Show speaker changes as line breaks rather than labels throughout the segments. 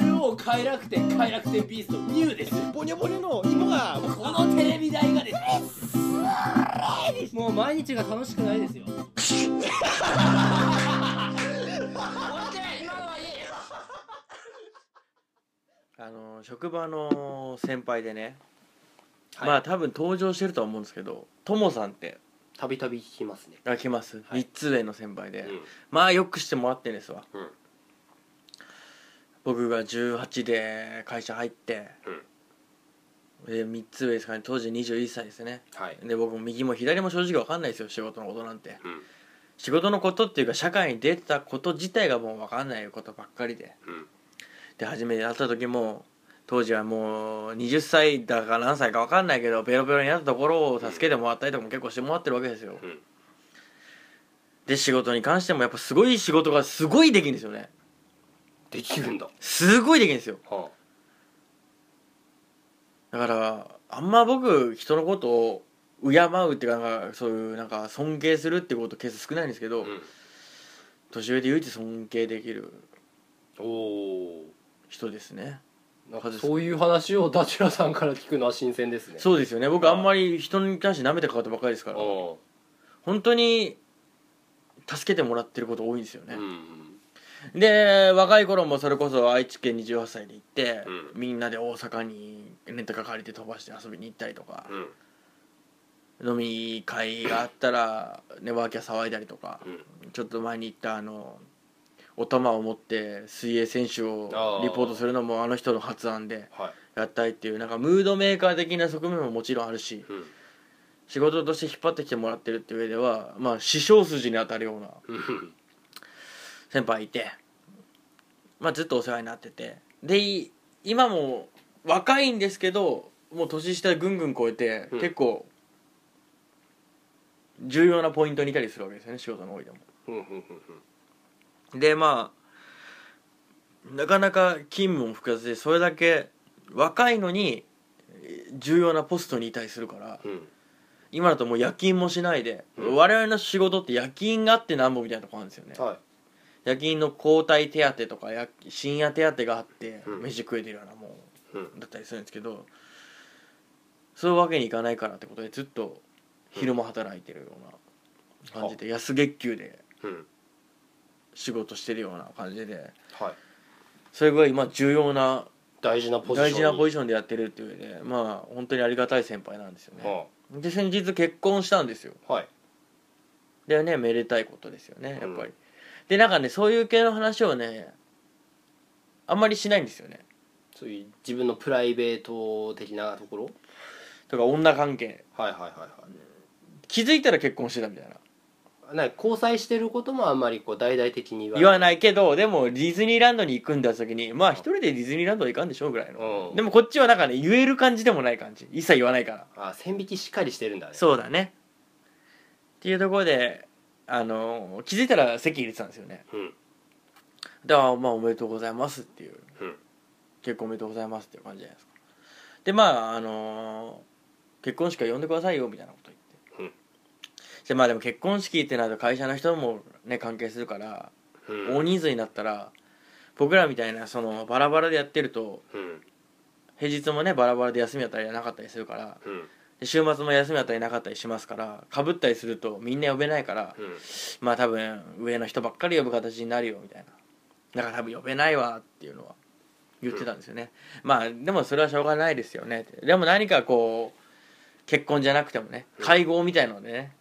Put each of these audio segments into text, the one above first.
超快楽天快楽天ビーストニューです
ボニョボニョの芋が
このテレビ台がですねもう毎日が楽しくないですよ
あの職場の先輩でね、
はい
まあ多分登場してるとは思うんですけどともさんって
たびたび聞きますね、
あ来ます、
はい
3つ上の先輩で、まあよくしてもらってんですわ
うん
僕が18で会社入って、で3つ上ですかね当時21歳ですね
はい
で僕も右も左も正直分かんないですよ仕事のことなんて
うん
仕事のことっていうか社会に出たこと自体がもう分かんないことばっかりで
うん
で初めて会った時も当時はもう20歳だか何歳か分かんないけどペロペロになったところを助けてもらったりとかも結構してもらってるわけですよ、
うん
で仕事に関してもやっぱすごい仕事がすごいできるんですよね
できるんだ
すごいできるんですよ
は
だからあんま僕人のことを敬うっていうかなんかそういうなんか尊敬するってことケース少ないんですけ
あ、
ど、
うん、
年上で唯一尊敬できる
おお
人ですね
なんかそういう話をダチュラさんから聞くのは新鮮ですね
そうですよね僕あんまり人に関して舐めてかかったばっかりですから
あ
本当に助けてもらってること多いんですよ
あ
ね
う、ん
で若い頃もそれこそ愛知県28歳に行って、
う
みんなで大阪にレンタカー借りて飛ばして遊びに行ったりとか
う、ん
飲み会があったら、ね、ワーキャー騒いだりとか、
うん
ちょっと前に行ったあのお玉を持って水泳選手をリポートするのもあの人の発案で
はい
やったいっていうなんかムードメーカー的な側面ももちろんあるし
うん
仕事として引っ張ってきてもらってるっていう上ではまあ師匠筋に当たるような
うん
先輩いて、まあ、ずっとお世話になっててでい今も若いんですけどもう年下ぐんぐん超えて、
うん
結構重要なポイントにいたりするわけですよね仕事の多いでも
うんうんうん
でまあなかなか勤務も複雑でそれだけ若いのにえー重要なポストにいたりするから
うん
今だともう夜勤もしないで、
うん
我々の仕事って夜勤があってなんぼみたいなとこあるんですよね
はい
夜勤の交代手当とかや深夜手当があって
うん
飯食えてるようなもん
うん
だったりするんですけどそういうわけにいかないからってことでずっと昼間働いてるような感じで安月給で
うん
仕事してるような感じで
はい
それぐらい今重要な
大事なポジション
大事なポ
ジ
ジションでやってるっていう上でまあ本当にありがたい先輩なんですよね
は
で先日結婚したんですよ
あはい
だよねめでたいことですよねやっぱ
う
りでなんかねそういう系の話をねあんまりしないんですよね
そういう自分のプライベート的なところ
とか女関係
はいはいはいはい
気づいたら結婚してたみたいな
なんか交際してることもあんまりこう大々的に
言わ
い
ないけどでもディズニーランドに行くんだった時にまあ一人でディズニーランドは行かんでしょうぐらいの
うん
でもこっちはなんかね言える感じでもない感じ一切言わないから
あ線引きしっかりしてるんだね
そうだねっていうところであの気づいたら席入れてたんですよね
うん
だからまあおめでとうございますっていう、
うん
結婚おめでとうございますっていう感じじゃないですかでまああのー結婚式は呼んでくださいよみたいなこと言って、でまあでも結婚式ってなると会社の人もね関係するから、
うん
大人数になったら僕らみたいなそのバラバラでやってると
うん
平日もねバラバラで休みやったりなかったりするから
うん
で週末も休みやったりなかったりしますからかぶったりするとみんな呼べないから、
うん
まあ多分上の人ばっかり呼ぶ形になるよみたいなだから多分呼べないわっていうのは言ってたんですよね、まあでもそれはしょうがないですよねってでも何かこう結婚じゃなくてもね会合みたいのでね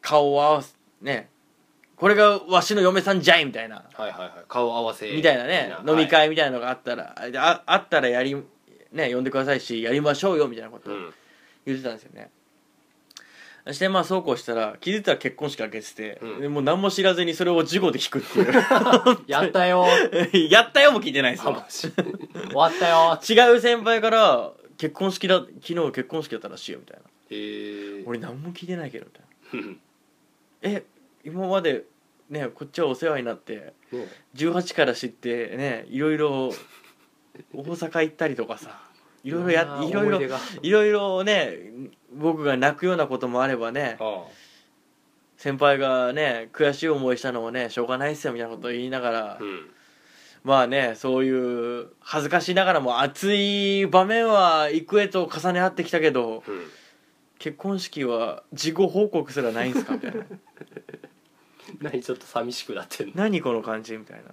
顔を合わすねこれがわしの嫁さんじゃいみたいな
はいはいはい顔合わせ
みたいなね、飲み、会みたいなのがあったら、あああったらやり、ね、呼んでくださいしやりましょうよみたいなこと
は
を
いうん
言ってたんですよね、そしてまあそうこうしたら気づいたら結婚式開けてて、
うん
でもう何も知らずにそれを事故で引くってい
やったよー
う やったよも聞いてないです
あ
よ
マジ終わったよ
違う先輩から結婚式だ昨日結婚式だったらしいよみたいな
へえ
俺何も聞いてないけどみたいな
うん
え今までねこっちはお世話になって
ね
18から知ってねいろいろ大阪行ったりとかさいろいろやいろい
思
ろ
出が
いろいろね僕が泣くようなこともあればね
あ
先輩がね悔しい思いしたのもねしょうがないっすよみたいなことを言いながら
あ、うん
まあねそういう恥ずかしながらも熱い場面は幾重と重ね合ってきたけど
うん
結婚式は事後報告すらないんすかみたい な
何ちょっと寂しくなってんの
何この感じみたいな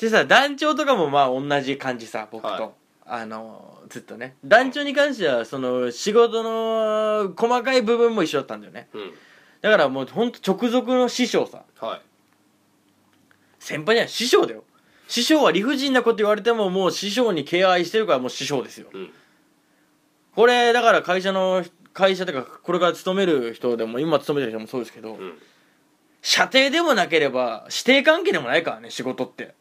でさ団長とかもまあ同じ感じさ僕と、
はい
あのずっとね団長に関してはその仕事の細かい部分も一緒だったんだよね
うん
だからもうほんと直属の師匠さ
はい
先輩じゃない師匠だよ師匠は理不尽なこと言われてももう師匠に敬愛してるからもう師匠ですよ
うん
これだから会社の会社とかこれから勤める人でも今勤めてる人もそうですけど、
うん
射程でもなければ師弟関係でもないからね仕事って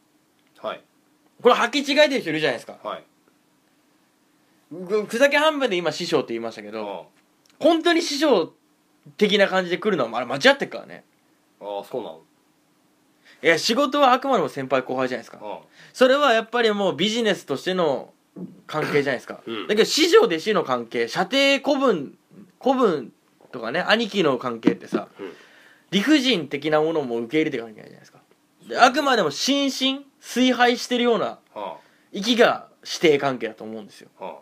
はい
これ履き違えてる人いるじゃないですか
はい
ぐふざけ半分で今師匠って言いましたけ
あ
ど本当に師匠的な感じで来るのはあれ間違ってるからね
ああそうなの
いや仕事はあくまでも先輩後輩じゃないですか
あ
それはやっぱりもうビジネスとしての関係じゃないですか、
うん
だけど師匠弟子の関係射程子分子分とかね兄貴の関係ってさ、
うん
理不尽的なものも受け入れていかなきゃいけないじゃないですかであくまでも心身崇拝してるような
あ
息が師弟関係だと思うんですよ
ああ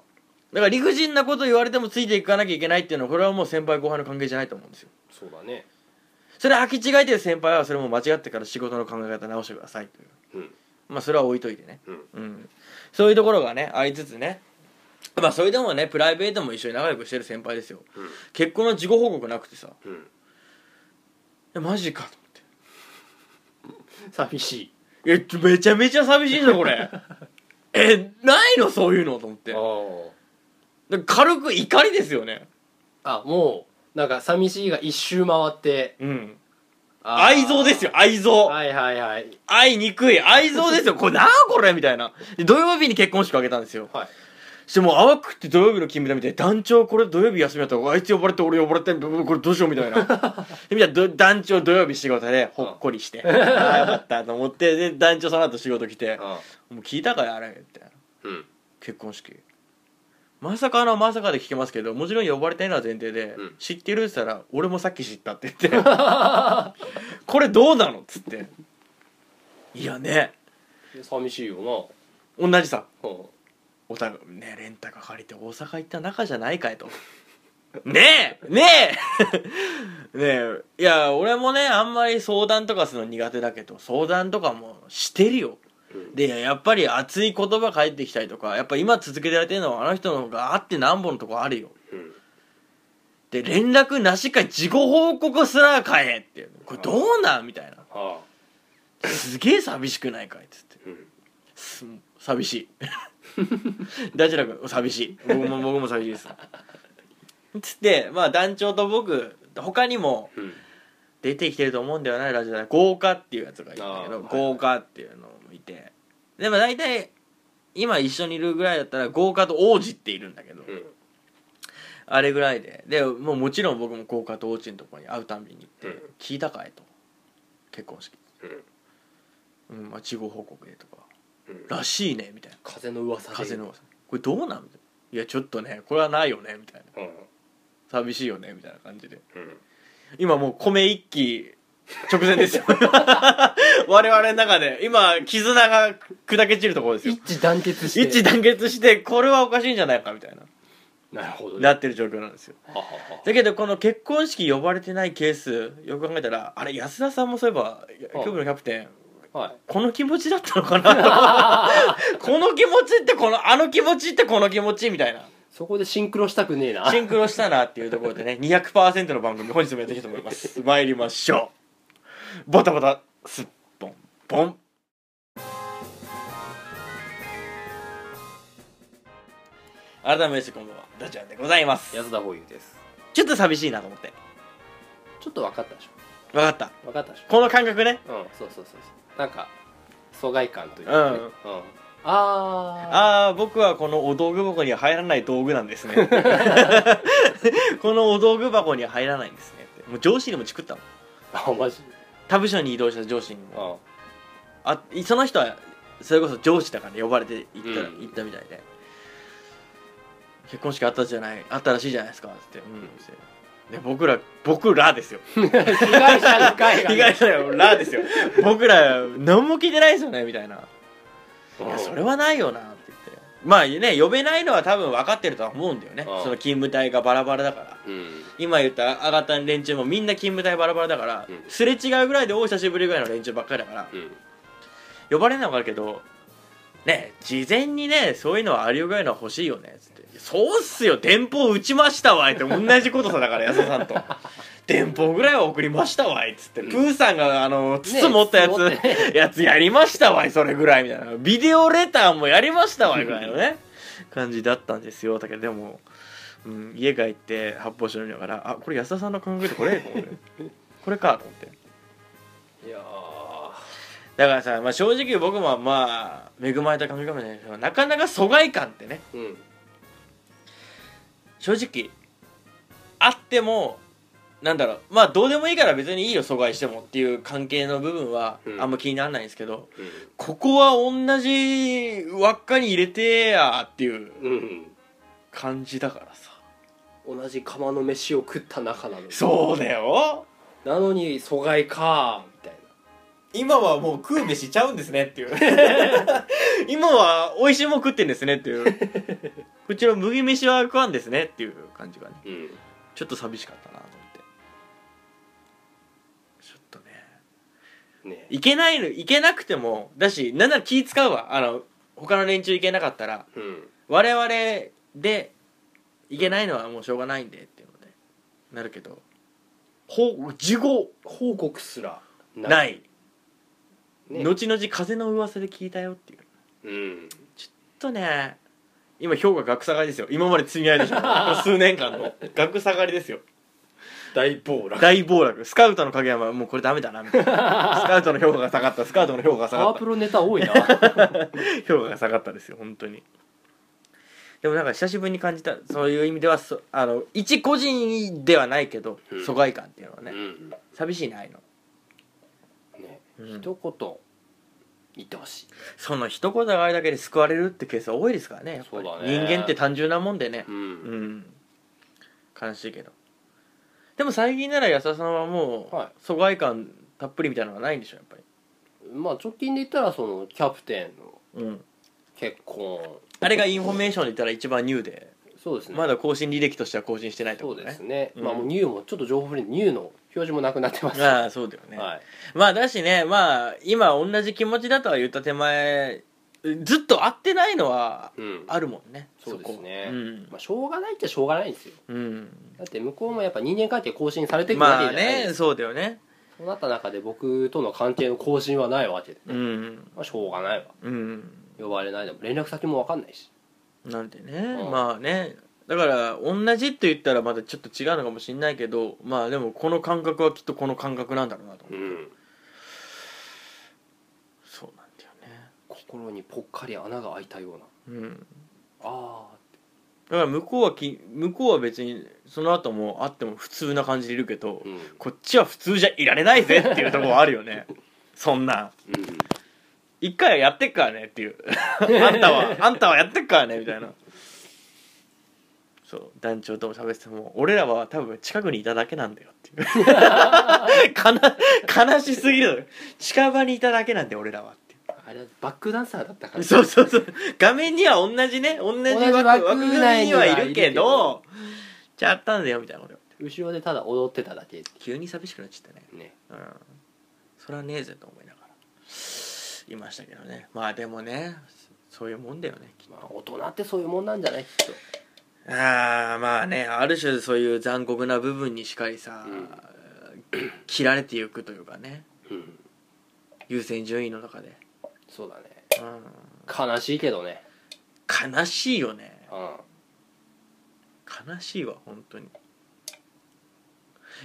だから理不尽なこと言われてもついていかなきゃいけないっていうのはこれはもう先輩後輩の関係じゃないと思うんですよ
そうだね
それ履き違えてる先輩はそれも間違ってから仕事の考え方直してくださいという
うん
まあそれは置いといてね
うん
うん、そういうところがねありつつねまあそれでもねプライベートも一緒に仲良くしてる先輩ですよ
うん
結婚の事後報告なくてさ
うん
えマジかと思って
寂しい
えちょめちゃめちゃ寂しいぞこれ えないのそういうのと思って
ああ
だから軽く怒りですよね
あもうなんか寂しいが一周回って
うん
あー
愛憎ですよ愛憎
はいはいはい
愛憎い愛憎ですよこれなあこれみたいなで土曜日に結婚式を挙げたんですよ
はい
してもう淡くって土曜日の勤務だみたいな団長これ土曜日休みだったからあいつ呼ばれて俺呼ばれてこれどうしようみた いなでみたいなど団長土曜日仕事でほっこりして、ああよかったと思ってで団長その後仕事来て
あ
「もう聞いたかよあれ」って
うん
結婚式まさかのまさかで聞きますけどもちろん呼ばれてないのは前提で、
うん
知ってるって言ったら「俺もさっき知った」って言 って「これどうなの?」っつっていやね
寂しいよ
同じさ
なうん
おたねレンタカー借りて大阪行った仲じゃないかいと ねえねえ ねえいや俺もねあんまり相談とかするの苦手だけど相談とかもしてるよ
うん
でやっぱり熱い言葉返ってきたりとかやっぱ今続けてられてるのはあの人の方があってなんぼのとこあるよ
うん
で連絡なしか自己報告すらかえってこれどうなんみたいな
あ
すげえ寂しくないかいっつって
あうん
す寂しい 大事なく寂しい僕も僕も寂しいですつってまあ団長と僕他にも
うん
出てきてると思うんだよなラジオで豪華っていうやつがいたけ
あ
ど
ー
豪華っていうのもいてでも大体今一緒にいるぐらいだったら豪華と王子っているんだけ
う
ど、
ん
あれぐらいででもうもちろん僕も豪華と王子のところに会うたんびに行って「聞いたかい?」と結婚式
うん
うんまあ事後報告でとか
うん
「らしいね」みたいな
風の噂で
風の噂これどうなんみたいないやちょっとねこれはないよねみたいな
うん
寂しいよねみたいな感じで
うん
今もう米一揆直 前ですよ我々の中で今絆が砕け散るところですよ
一致団結して
一致団結してこれはおかしいんじゃないかみたいな
なるほどね
なってる状況なんですよ
ははは
だけどこの結婚式呼ばれてないケースよく考えたらあれ安田さんもそういえば
あ
局部のキャプテン
はい
この気持ちだったのかな この気持ちってこのあの気持ちってこの気持ちみたいな
そこでシンクロしたくねえな
シンクロしたなっていうところでね、200%の番組、本日もやっていきたいと思います。参りましょう。ボタボタ、すっぽんぽん。改めましてこんばんは、ダチャンでございま す。
安田宝優です
ちょっと寂しいなと思って。
ちょっと分かったでし
わかった。
ょ分かったでしょ
この感覚ね。
うんそうそうそうそうなんか疎外感という
う
か、
ん
ねうんあーあ
ああ、僕はこのお道具箱には入らない道具なんですね。このお道具箱には入らないんですねって。もう上司にもチクったも
あ
ん。
マジ
他部署に移動した上司にも。
うん
あその人はそれこそ上司だから呼ばれて行った,、
うん
行ったみたいで結婚式あったじゃないあったらしいじゃないですかっつって、うんで僕ら僕らですよ
被害者の会が
被害者のらですよ僕ら何も聞いてないですよねみたいないやそれはないよなって言ってまあね呼べないのは多分分かってるとは思うんだよ
う
ね
ん
その勤務隊がバラバラだから
うん
今言ったあがたの連中もみんな勤務隊バラバラだから、
うん
すれ違うぐらいでお久しぶりぐらいの連中ばっかりだから、
うん
呼ばれないのは分かるけどね事前にねそういうのはありようぐらいのは欲しいよねつって「そうっすよ電報打ちましたわい」って同じことさだから安田さんと 「電報ぐらいは送りましたわい」つって、
うん
プーさんがあの筒持ったやつ、
筒持ってね
やつやりましたわいそれぐらいみたいなビデオレターもやりましたわいぐらいのね感じだったんですよだけどでも、うん、家帰って発泡酒飲みながら「あこれ安田さんの考えでこれ」と思ってこれかと思って。
いや
だからさ、まあ、正直僕もまあ恵まれた環境かもしれないけどなかなか疎外感ってね
うん
正直あってもなんだろうまあどうでもいいから別にいいよ疎外してもっていう関係の部分は
うん
あんま気にならないんですけど、ここは同じ輪っかに入れてやっていう
うん
感じだからさ
同じ釜の飯を食った仲なのに
そうだよ
なのに疎外かみたい
今はもう食う飯ちゃうんですねっていう 今は美味しいもん食ってんですねっていう こちら麦飯は食わんですねっていう感じがね
うん
ちょっと寂しかったなと思ってちょっとね
ね
いけないのいけなくてもだしなんなら気使うわあの他の連中いけなかったら
うん
我々でいけないのはもうしょうがないんでっていうのでなるけどほ事後
報告すら
ないい、
ね
後々風の噂で聞いたよっていうちょ
うん
っとね今評価額下がりですよ今まで積み上げてきたこ の数年間の額下がり ですよ
大暴落
大暴落スカウトの影山はもうこれダメだなみたいなスカウトの評価が下がったスカウトの評価が下
パ
が
ワ
っ
ー
た
プロネタ多 いな
評価が下がったですよ本当にでもなんか久しぶりに感じたそういう意味ではそあの一個人ではないけど、
うん
疎外感っていうのは
う
ね、
ん
寂しいなああいうの、
ね
うん
一言言ってほしい
その一言があれだけで救われるってケースは多いですからねやっぱり
そうだね
人間って単純なもんでね
う
うん、
ん
悲しいけどでも最近なら安田さんはもう、
はい
疎外感たっぷりみたいなのがないんでしょやっぱり
まあ直近で言ったらそのキャプテンの
うん
結婚
あれがインフォメーションで言ったら一番ニューで
そうですね
まだ更新履歴としては更新してないって
そ
こ
う
と
で
ね
すね、
うん
まあもうニューもちょっと情報不良でニューの表示もなくなってます、は
ああそうだよね、
い、
まあだしねまあ今同じ気持ちだとは言った手前ずっと会ってないのは
うん
あるもんね
そうですね
そこうん
まあしょうがないっちゃしょうがないんですよ
うん
だって向こうもやっぱ人間関係更新されていくわ
ま
け
あ
じゃないで
ね
すか、
そうだよね
そうなった中で僕との関係の更新はないわけで、
うん
まあ、しょうがないわ
うん
呼ばれないでも連絡先も分かんないし
なんでね
うん
まあねだから同じって言ったらまたちょっと違うのかもしれないけどまあでもこの感覚はきっとこの感覚なんだろうなと
う
思うんそうなんだよ
心にぽっかり穴が開いたような
ねうん
ああ
だから向こうはき向こうは別にその後も会っても普通な感じでいるけど、
うん
こっちは普通じゃいられないぜっていうところあるよ ねそんなん
うん
一回はやってっからね っていうあんたはあんたはやってっからねみたいなそう団長とも喋ってても俺らは多分近くにいただけなんだよっていう かな悲しすぎる近場にいただけなんで俺らはってい
あれはバックダンサーだったか
う
ら
そうそうそう画面には同じね同じ
同
枠
じ枠
枠組みにはいるけどじゃああったんだよみたいなこと
後ろでただ踊ってただけ
急に寂しくなっちゃったね
ね
うんそれはねえぜと思いながらいましたけどねまあでもねそそういうもんだよね
まあ大人ってそういうもんなんじゃないきっと
ああまあねある種そういう残酷な部分にしかりさ、切られていくというかね
うん
優先順位の中で、
そうだね
う
悲しいけどね
ん、悲しいよね
うん
悲しいわ本当に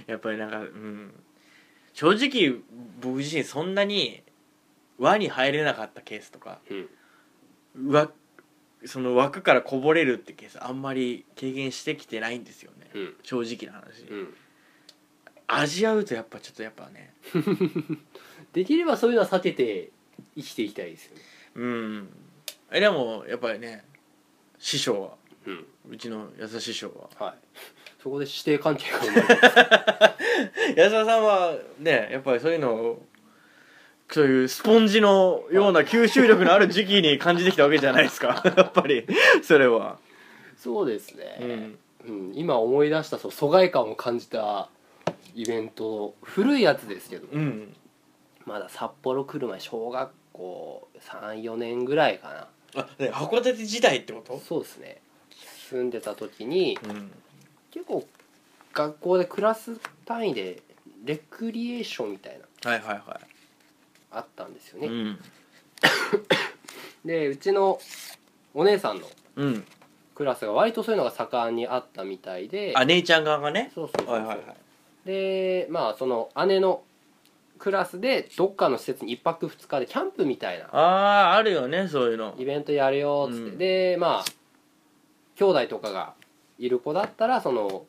やっぱりなんかうん正直僕自身そんなに輪に入れなかったケースとか
うん
わその枠からこぼれるってケースあんまり経験してきてないんですよね、
うん
正直な話、
うん
味合うとやっぱちょっとやっぱね
できればそういうのは避けて生きていきたいですよね
うんえでもやっぱりね師匠は
うん
うちの安田師匠は
はい そこで師弟関係が生まれる
安田さんはねやっぱりそういうのをそういうスポンジのような吸収力のある時期に感じてきたわけじゃないです かやっぱりそれは、
そうです
う
ね、
ん、
うん今思い出したそう疎外感を感じたイベント古いやつですけど
うん
まだ札幌来る前小学校34年ぐらいか
あね函館時代ってこ
な
と
そうですね住んでた時に
うん
結構学校でクラス単位でレクリエーションみたいな
はいはいは
あったんですよ
い
ね、
うん
でうちのお姉さんの
うん
クラスが割とそういうのが盛んにあったみたいで
あ姉ちゃん側がね
そうそうそうそう、
はいはいはい
でまあその姉のクラスでどっかの施設に1泊2日でキャンプみたいな
あああるよねそういうの
イベントやるよっつって、
うん
でまあ兄弟とかがいる子だったらその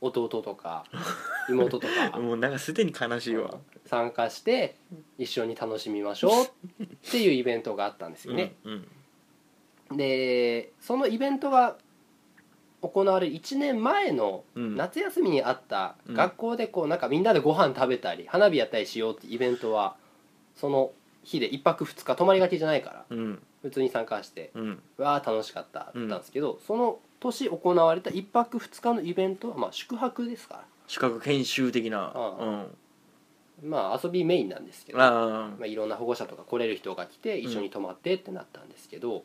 弟と か妹とか
もうなんかすでに悲しいわ
参加して一緒に楽しみましょうっていうイベントがあったんですよね、
うん
でそのイベントが行われる1年前の
うん
夏休みにあった
うん
学校でこうなんかみんなでご飯食べたり花火やったりしようってイベントはその日で1泊2日泊まりがけじゃないから
うん
普通に参加して
うん
わあ楽しかっただったんですけど、その年行われた1泊2日のイベントはまあ宿泊ですから
資格研修的な
ああ
うん
まあ遊びメインなんですけど、ま
あ
あ、いろんな保護者とか来れる人が来て一緒に泊まってってなったんですけど、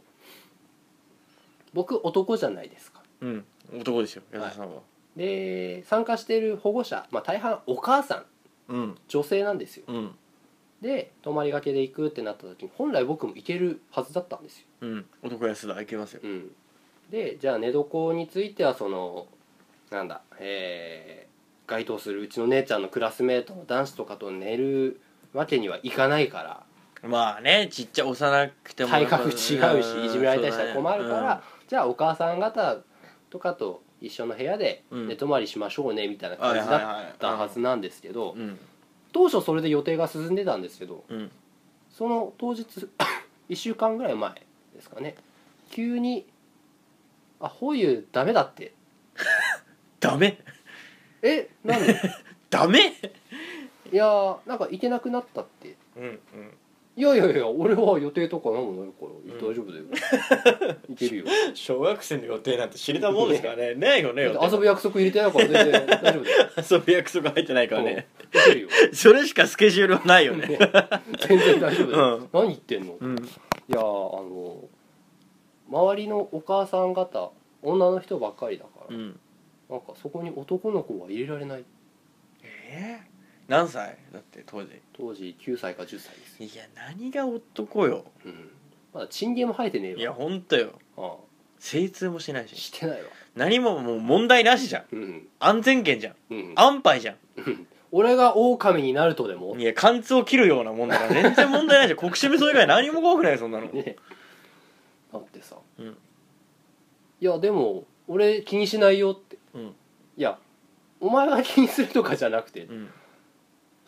僕男じゃないですか
あうん男ですよ安田さんは、
で参加している保護者、まあ、大半お母さん
うん
女性なんですよ
うん
で泊まりがけで行くってなった時に本来僕も行けるはずだったんですよ、
うん男安田いけますよ
うん、でじゃあ寝床についてはそのなんだえー該当するうちの姉ちゃんのクラスメートの男子とかと寝るわけにはいかないから
まあねちっちゃ幼くても
体格違うし
うん
いじめられたりしたら困るから、じゃあお母さん方とかと一緒の部屋で
うん
寝泊まりしましょうねみたいな
そう
感
だ
じ
ねうん
だった
はいはいはい
はずなんですけど、
うん
当初それで予定が進んでたんですけど
うん
その当日 1週間ぐらい前ですかね急に「あホイユダメだって
ダメ」
えなん で
ダメ
いやーなんか行けなくなったって
うんうん
いやいやいや俺は予定とか何もないから、
ん
大丈夫だよ行けるよ
小学生の予定なんて知れたもんですから ねないよね
だって遊ぶ約束入れてないから全然大丈夫だよ
遊び約束入ってないからね
行けるよ
それしかスケジュールはないよね
ね全然大丈夫だよ、
うん
何言ってんの
うん
いやーあの周りのお母さん方女の人ばっかりだから、
うん
なんかそこに男の子は入れられない
ええ何歳だって当時
当時9歳か10歳ですよ、
いや何が男よ
うん、まだチンゲも生えてね
い
え
や
わ
本当よ
あ
精通もしない
あ
し
してないわ
何ももう問題なしじゃ
う
ん
ん
安全圏じゃん
うん
安牌じゃ
俺が狼になるとでも
んいや貫通を切るようなもんだから全然問題ないじゃん国士無双以外何も怖くないよそんなの
ねだってさ、
うん
いやでも俺気にしないよって
うん
いやお前が気にするとかじゃなくて
うん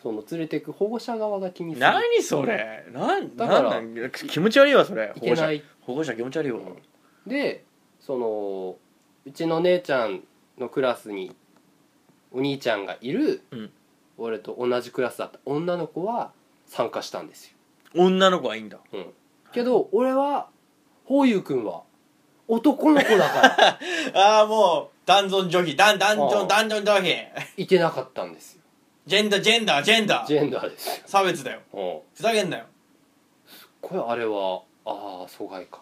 その連れてく保護者側が気にする
何それなん
だから
なんなん気持ち悪いわそれ
い
保
け
護者
ない
保護者気持ち悪いわ
でそのうちの姉ちゃんのクラスにお兄ちゃんがいる、
うん
俺と同じクラスだった女の子は参加したんですよ
女の子はいいんだ
けど俺はほうゆうくんは男の子だから
ああもう男尊女卑男男
尊
男尊女卑
いけなかったん ですよ
ジェンダージェンダージェンダ
ジェンダーですよ
差別だよ
うん
ふざけんなよ
これあれはああ疎外感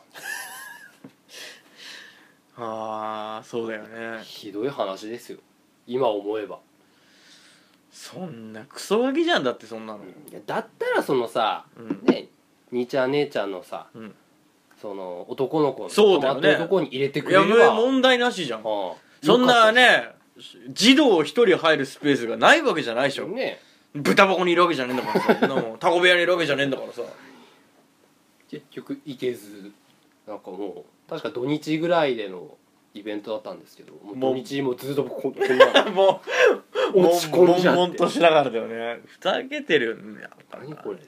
ああそうだよね
ひどい話ですよ今思えば、
そんなクソガキじゃんだってそんなの
いやだったらそのさ
うん
ね兄ちゃん姉ちゃんのさ、
うん
その男の子の
そうだよ
泊ま
ね
ってるとこに入れてく
い
れれ
や
ば
もう問題なしじゃん
うん
そんなね児童一人入るスペースがないわけじゃないでしょ
ね
豚箱にいるわけじゃねえんだからさそんなもんタコ部屋にいるわけじゃねえんだからさ
結局行けずなんかもう確か土日ぐらいでのイベントだったんですけどもう
もう
土日もずっとここんな
もう
落ち込んじゃって
悶々としながらだよねふざけてるんだよ
何これ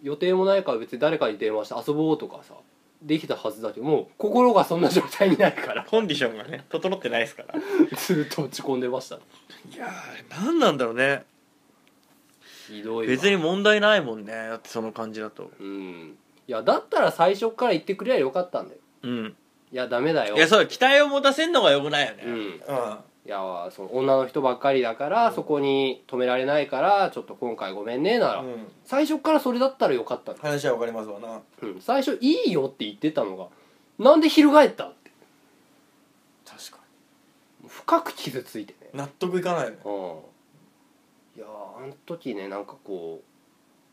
予定もないから別に誰かに電話して遊ぼうとかさできたはずだけどもう心がそんな状態にないから
コンディションがね整ってないですから
ずっと落ち込んでましたね
いやー何なんだろうね
ひどいわ
別に問題ないもんねだってその感じだと
うんいやだったら最初から言ってくれりゃよかったんだよ
うん
いやダメだよ
いやそう期待を持たせんのがよくないよね
うんい
うん
やその女の人ばっかりだから、そこに止められないからちょっと今回ごめんねなら、
うん
最初からそれだったらよかったんだよ
話は分かりますわな
うん、最初「いいよ」って言ってたのがなんで翻ったって
確か
深く傷ついてね
に納得いかないね
うんいやーあの時ねなんかこう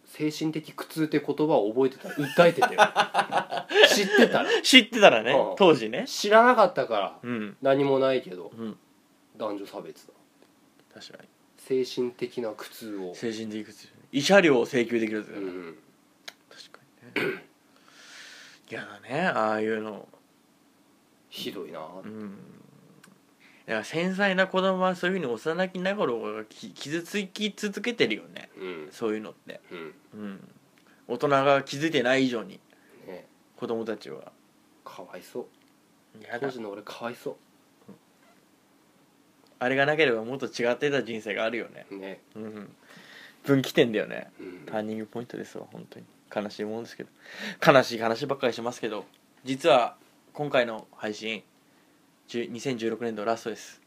精神的苦痛って言葉を覚えてたら訴えてたよ知ってたら
知ってたらね
うん
当時ね
知らなかったから
うん
何もないけど
うん
男女差別だ
確かに
精神的な苦痛を
精神的苦痛慰謝料を請求できるって、
うん
確かにねいやだねああいうの
ひどいなー
うんいや繊細な子供はそういうふうに幼きな頃がき傷つき続けてるよね
うん
そういうのって
うん
うん大人が気づいてない以上に
ね
子供たちは
かわいそう
や
当
だ
時の俺かわいそ
あれがなければもっと違ってた人生があるよね
うね
うん分岐点だよね
うん
ターニングポイントですわ本当に悲しいもんですけど悲しい話ばっかりしますけど実は今回の配信10 2016年度ラストです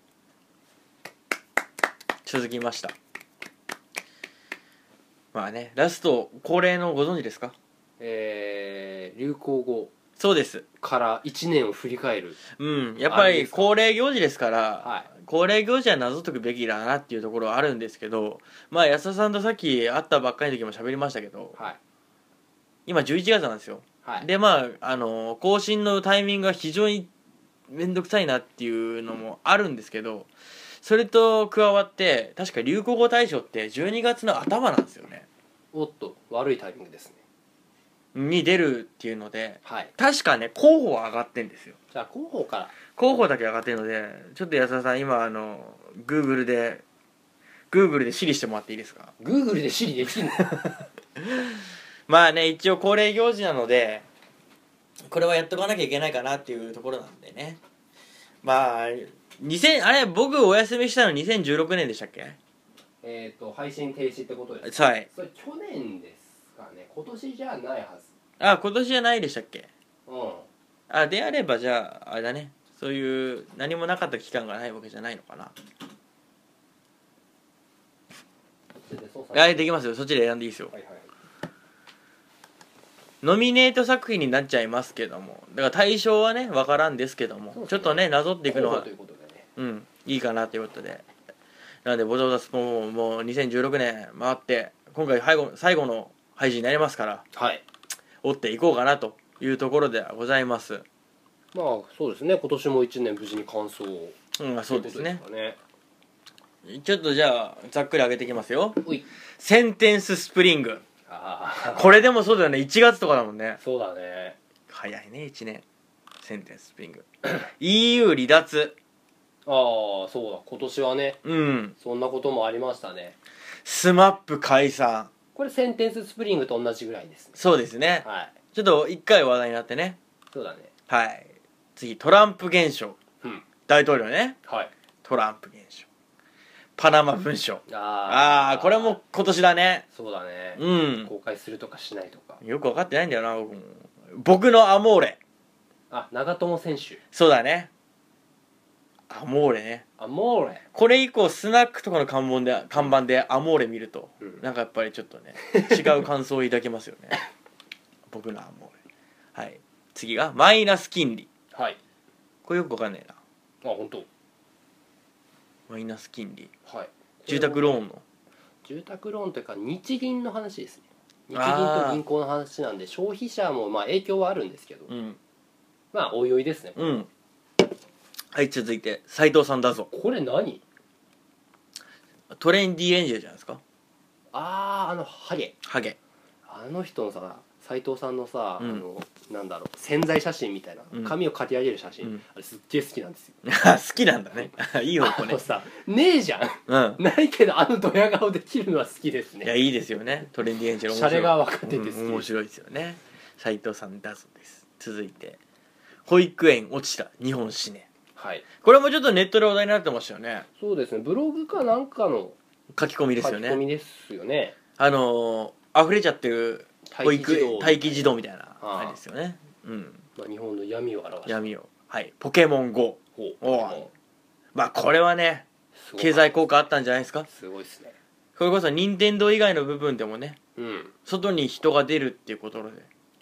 続きましたまあねラスト恒例のご存知ですか
えー、流行語
そうです
から1年を振り返る
うんやっ
あ
ぱ
れで
り
すか
恒例行事ですから、
は
恒例行事は謎解くべきだなっていうところはあるんですけどまあ安田さんとさっき会ったばっかりの時も喋りましたけど
はい
今11月なんですよ
はい
でまあ、あの更新のタイミングが非常に面倒くさいなっていうのもあるんですけどそれと加わって確か流行語大賞って12月の頭なんですよね
おっと悪いタイミングですね
に出るっていうので
はい
確かね候補は上がってんですよ
じゃあ広報から
候補だけ上がってるのでちょっと安田さん今あの Google で Google で指示してもらっていいですか
Google で Siri でき んの
まあね一応恒例行事なのでこれはやっとかなきゃいけないかなっていうところなんでねまあ2000あれ僕お休みしたの2016年でしたっけ
えっと配信停止ってことです
はい
それ去年ですかね今年じゃないはず
あ今年じゃないでしたっけ
う
あであればじゃああれだねそういう何もなかった期間がないわけじゃないのかなん
で操作
あできますよそっちで選んでいいですよ
はいはい
ノミネート作品になっちゃいますけどもだから対象はね分からんですけども、
そうですね
ちょっとねなぞっていくの
広報
は
ということでね
うん、いいかなということで。なので、ボトボタスももう2016年回って、今回最後最後の配信になりますから、
はい
追っていこうかなというところではございます。
まあそうですね今年も1年無事に完走を
うん、そうです
と。
ね
いうことですか
ちょっとじゃあ、ざっくり上げていきますよ。
ねおい
センテンススプリング。
あ
これでもそうだよね、1月とかだもんね
あ。そうだね
早いね、1年。センテンススプリ ング。EU 離脱。
ああそうだ今年はね
うん。
そんなこともありましたね
スマップ解散。
これセンテンススプリングと同じぐらいですね
そうですね。
はい
ちょっと一回話題になってね。
そうだね
はい次トランプ現象
うん
大統領ね
はい
トランプ現象パナマ文書
あ
ああーこれも今年だね
そうだね
うん
公開するとかしないとか
よく分かってないんだよな僕も僕のアモーレ
あ長友選手
そうだねアモーレね
あモーレ
これ以降スナックとかの看板で看板でアモーレ見ると、
うん
なんかやっぱりちょっとね違う感想を抱けますよね 僕のアモーレはい次がマイナス金利
はい
これよく分かんないな
あ本当
マイナス金利
はい
住宅ローンの
住宅ローンというか日銀の話ですね日銀
あ
と
ー
銀行の話なんで消費者もまあ影響はあるんですけど、
うん
まあおいおいですね
うんはい続いて斉藤さんだぞ
これ何
トレンディエンジェルじゃないですか
あああのハゲ
ハゲ
あの人のさ斎藤さんのさ、
うん
あのなんだろう洗剤写真みたいな、
うん
髪を刈り上げる写真、
うん
あれすっげえ好きなんですよ、
好きなんだね いい
あ
方向ね
のさねえじゃん
うん
ないけどあのドヤ顔できるのは好きです
いや
ね
いいですよねトレンディエンジェル
シャレが
面
分かってて好き
白い
です、
うん面白いですよね斉藤さんだぞです続いて保育園落ちた日本死ね
はい
これもちょっとネットで話題になってましたよね
そうですねブログかなんかの
書き込みですよ
書き込
ね
みですよね
あのー溢れちゃってる保
待機児
育
童
待機児童みたいな
ああ
あれですよねうん
まあ、日本の闇を表した
闇をはいポケモン GO
ほう
おう
も
まあこれはね
うすごい
経済効果あったんじゃないですか
すごいですね
それこそ任天堂以外の部分でもね
うん
外に人が出るっていうことで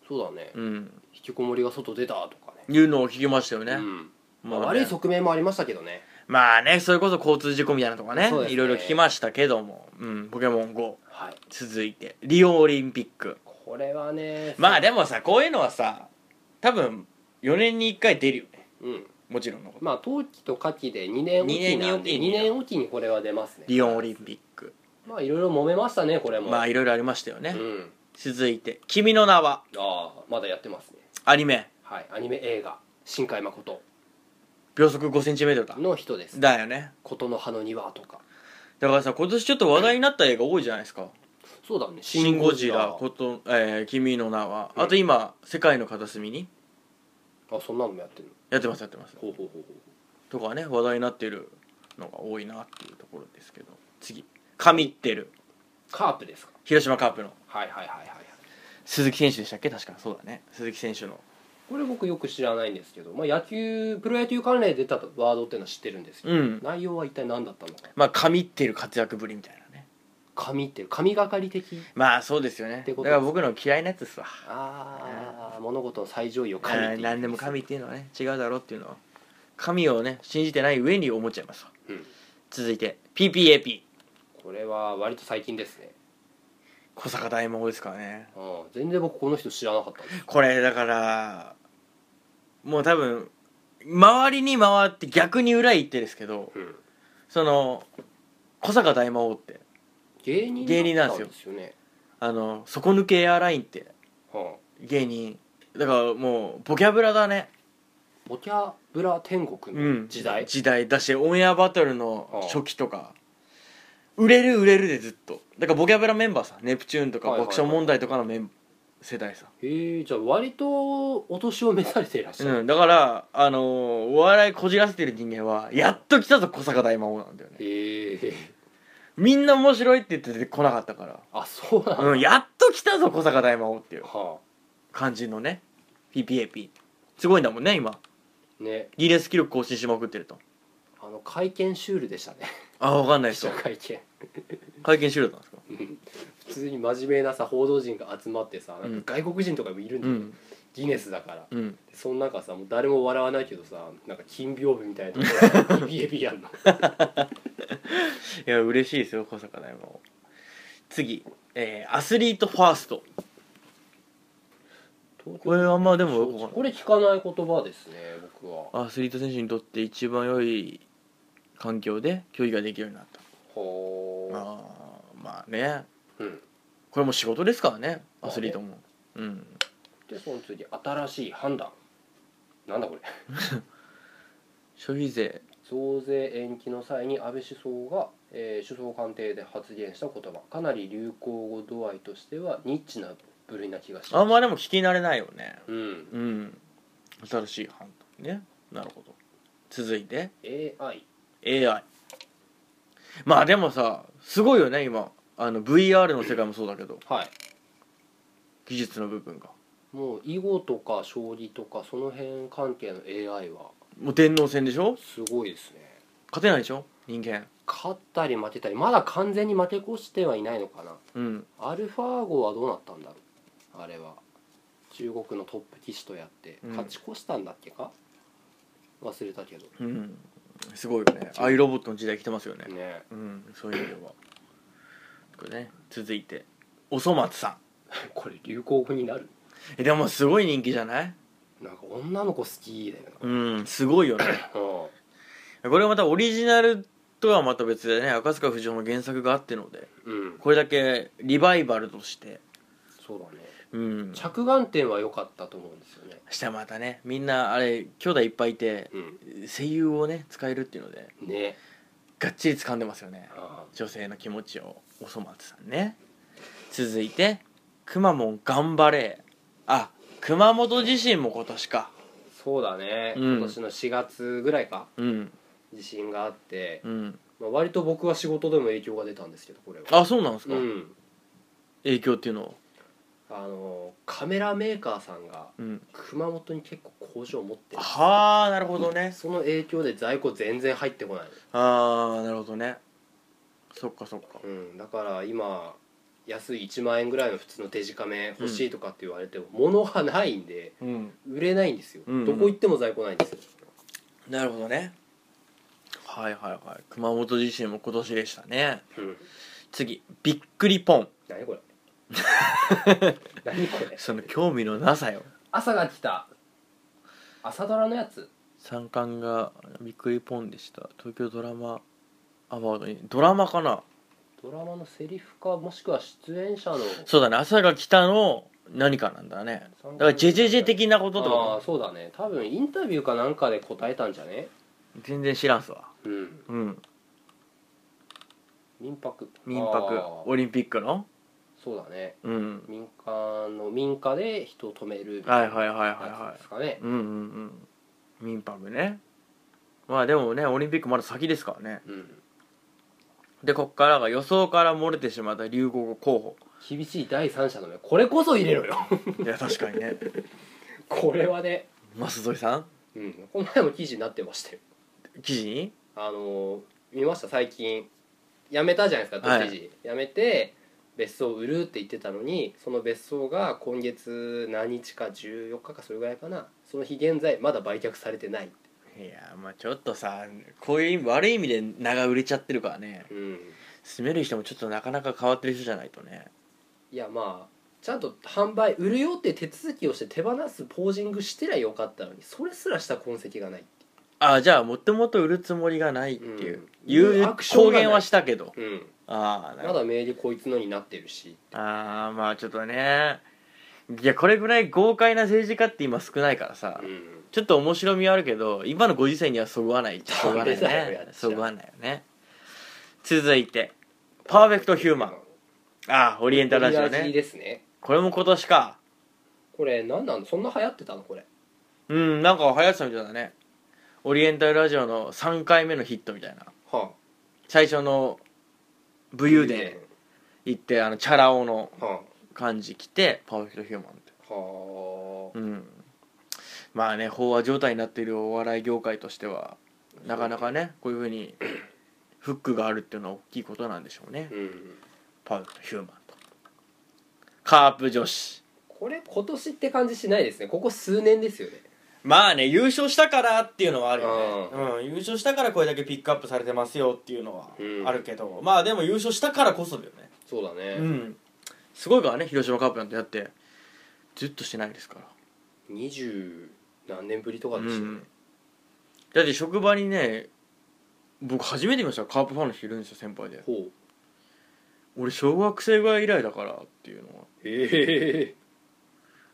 そうだね、
うん
引きこもりが外出たとかね
いうのを聞きましたよね、
うんまあ、
まあね
悪い側面もありましたけどね
まあねそれこそ交通事故みたいなとかね
そうですね
いろいろ聞きましたけども、うん、ポケモン GO
はい
続いてリオオリンピック
これはね
まあでもさこういうのはさ多分4年に1回出るよね
うん
もちろんのこと
まあ冬季と夏季で2年おきなんで
二年におき
2
に
年おきにこれは出ますね
リオンオリンピック
まあいろいろ揉めましたねこれも
まあいろいろありましたよね、
うん
続いて「君の名は
ああまだやってますね」
アニメ
はいアニメ映画「新海誠
秒速 5cm だ」
の人です
だよね
「琴の葉の庭」とか
だからさ今年ちょっと話題になった映画多いじゃないですか
そうだね「
「シン・ゴジラ」こと「えー君の名は」あと今「世界の片隅に
あそんなのもやってる」
やってますやってます
ほうほうほうほう
とかね話題になってるのが多いなっていうところですけど次「神ってる
カープですか」
広島カープの
はいはいはいはい
鈴木選手でしたっけ確かそうだね鈴木選手の
これ僕よく知らないんですけど、まあ、野球プロ野球関連で出たワードっていうのは知ってるんですけど、
うん
内容は一体何だったのか
まあ神ってる活躍ぶりみたいなね
神っていう神がかり的
まあそうですよね
て
だ
こ
か
とです
ら僕の嫌いなやつっすわ
ああ物事の最上位を神って
あ
い
ー
う
何でも神っていうのはね違うだろうっていうのは神をね信じてない上に思っちゃいますわ、
うん
続いて PPAP
これは割と最近ですね、
小坂大魔王ですからね
うん、全然僕この人知らなかったです
これだからもう多分周りに回って逆に裏行ってですけど
うん
その小坂大魔王って
芸人
芸人なんです
だ
よ
ったですよね、
あの底抜けエアラインって
はあ、
芸人だからもうボキャブラだね
ボキャブラ天国の時代、
時代だしオンエアバトル
は
の
あ
初期とか売れる売れるでずっとだからボキャブラメンバーさネプチューンとか
はいはいはい
爆笑問題とかのメン世代さ、
へえじゃあ割とお年を召されていらっしゃる、
うん、だからあのーお笑いこじらせてる人間はやっと来たぞ小坂大魔王なんだよね
へえ
みんな面白いって言って出てこなかった から、
あそうなんだ、
うん、やっと来たぞ小坂大魔王っていう
は
感じのね PPAP すごいんだもんね今
あね
ギネス記録更新しまくってると
あの会見シュールでしたね
あ分かんないで
記
す
者
よ
会見
会見終了なんですか
普通に真面目なさ報道陣が集まってさ、
うん
外国人とかもいるんだ
う
よ、
ん
ギネスだから
うん
その中さもう誰も笑わないけどさなんか金屏風みたいな とこビビエビやんの
いや嬉しいですよ小坂大魔王次、えーアスリートファーストこれあんまでもよくわかんない
これ聞かない言葉ですね僕は
アスリート選手にとって一番良い環境で競技ができるようになった
ほー
あーまあね
うん
これも仕事ですからね
まあね
アスリートも、うん
でその次新しい判断なんだこれ
消費税
増税延期の際に安倍首相が、えー首相官邸で発言した言葉かなり流行語度合いとしてはニッチな部類な気がします
あんまでも聞き慣れないよね
うん
うん新しい判断ねなるほど続いて
AI
AI まあでもさすごいよね今あの VR の世界もそうだけど
はい
技術の部分が
もう囲碁とか将棋とかその辺関係の AI は
もう電脳戦でしょ
すごいですね
勝てないでしょ人間
勝ったり負けたりまだ完全に負け越してはいないのかな
うん
アルファ号はどうなったんだろうあれは中国のトップ棋士とやって
うん
勝ち越したんだっけか、忘れたけど
うんすごいよねアイロボットの時代来てますよね
ね
うんそういう意味ではこれね続いておそ松さん
これ流行語になる
えでもすごい人気じゃない
なんか女の子好きだよ
うんすごいよね
な、うん、
これはまたオリジナルとはまた別でね赤塚不二夫の原作があってので
うん、
これだけリバイバルとして
そうだね
うん
着眼点は良かったと思うんですよね
したらまたねみんなあれ兄弟いっぱいいて
う
声優をね使えるっていうので
んね
がっちり掴んでますよね
あ
女性の気持ちをおそ松さんね続いてくまモン頑張れあ熊本地震も今年か
そうだね、
うん
今年の4月ぐらいか
うん
地震があって
う、ん
まあ、割と僕は仕事でも影響が出たんですけどこれは
あそうなんですか、
うん
影響っていうのを、
あのカメラメーカーさんが
うん、
熊本に結構工場を持ってる
はあなるほどね
その影響で在庫全然入ってこない、
ああなるほどねそっかそっか
うん、だから今安い1万円ぐらいの普通のデジカメ欲しいとかって言われても、物がないんで
うん
売れないんですよ、
うんうん
どこ行っても在庫ないんですよ
なるほどねはいはいはい熊本地震も今年でしたね
うん
次びっくりポン
何これ 何これ
その興味のなさよ
朝が来た朝ドラのやつ
三冠がびっくりポンでした東京ドラマアワードにドラマかな
ドラマのセリフかもしくは出演者の
そうだね朝が来たの何かなんだねだからジェジェジェ的なことって
あ
こ
あそうだね多分インタビューかなんかで答えたんじゃね
と全然知らんすわ
うん
うん
民泊
民泊
あー
オリンピックの
そうだね
うん
民間の民家で人を止めるみた
はいい
な
はいはいはい
や
は
つですかね
いうんうんうん民泊ねまあでもねオリンピックまだ先ですからね
うん
でこっからが予想から漏れてしまった流行語候
厳しい第三者の目これこそ入れろよ
補いや確かにね
これはね
舛添さん
うんこの前も記事になってましたよ
記事に
あのー見ました最近辞めたじゃないですか都知事、辞めて別荘を売るって言ってたのにその別荘が今月何日か14日かそれぐらいかなその日現在まだ売却されてない、
いやまあちょっとさこういう意味悪い意味で名が売れちゃってるからね
うん、
住める人もちょっとなかなか変わってる人じゃないとね
いやまあちゃんと販売売るよって手続きをして手放すポージングしてりゃよかったのにそれすらした痕跡がない
ああじゃあもともと売るつもりがないっていう、
うん
い
いう
う
アクションが
公
ない
言はしたけど
うん
ああ
ま
なるほど
だ名義こいつのになってるし
ああまあちょっとねいやこれぐらい豪快な政治家って今少ないからさ、
うん
ちょっと面白みはあるけど今のご時世にはそぐわないそぐわない
ダメだよやっ
ね
ちゃ
そぐわないよね続いてパーフェクトヒューマンああオリエンタルラジオ
オリ
ね
ですね
これも今年か
これ何なのそんな流行ってたのこれ
うんなんか流行ってたみたいだねオリエンタルラジオの3回目のヒットみたいな
はあ
最初の武勇伝行ってあのチャラ男の
はあ
感じ来てパーフェクトヒューマンって
はあ
うんまあね飽和状態になっているお笑い業界としてはなかなかねこういうふう にフックがあるっていうのは大きいことなんでしょうね
うん
パーフェクトヒューマンとカープ女子
これ今年って感じしないですねここ数年ですよね
まあね優勝したからっていうのはあるよ
うん、
ね
優勝したからこれだけピックアップされてますよっていうのは
うん
あるけど、まあでも優勝したからこそだよね
そうだね、
うんすごいからね広島カープなんてだってずっとしてないですから
二十何年ぶりとかでしたよね、
だって職場にね僕初めて見ましたカープファンの人いるんですよ先輩で
ほう
俺小学生ぐらい以来だからっていうのは
ええ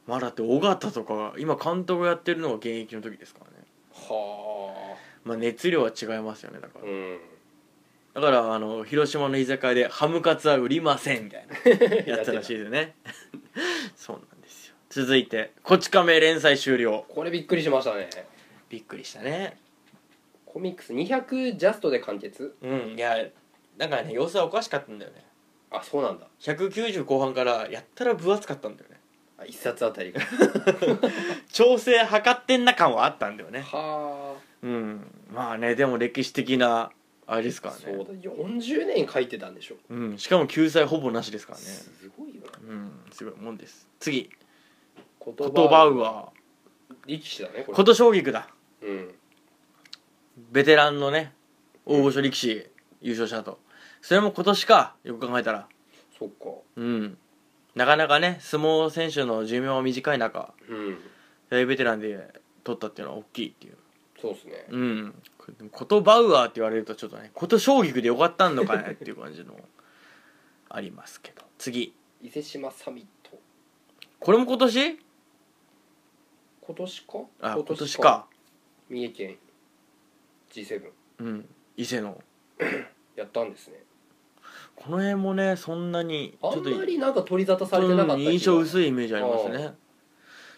まあだって尾形とか今監督やってるのが現役の時ですからね
は
まあ熱量は違いますよねだか
あ
ら、
うん
だからあの広島の居酒屋で「ハムカツは売りません」みたいなやったらしいですね そうなんですよ続いて「こち亀」連載終了
これびっくりしましたね
びっくりしたね
コミックス200ジャストで完結
うんいやなんかね様子はおかしかったんだよね
あそうなんだ
190後半からやったら分厚かったんだよね
あ一冊あたりが
調整測ってんな感はあったんだよね
は
うんまあねでも歴史的なあれですか
あ
らね
そうだ40年書いてたんでしょ
うん、しかも救済ほぼなしですからね
すごいよな
うんすごいもんです次
言
コトバウア
力士だねこ
ー
れ
琴将菊だ
うん
ベテランのね大御所力士、優勝したとそれも今年かよく考えたら
そっか
うんなかなかね相撲選手の寿命は短い中
うん
大ベテランで取ったっていうのは大きいっていう
そうっすね
うん琴バウアーって言われるとちょっとね琴将菊でよかったのかねっていう感じのありますけど次
伊勢志摩サミット
これも今年
今年か
あ今年か
三重県 G7
うん伊勢の
やったんですね
この辺もねそんなにち
あ
ょっ
ん
と
まりなんか取り沙汰されてなかった
うん
気が
印象薄いイメージあります
う
ね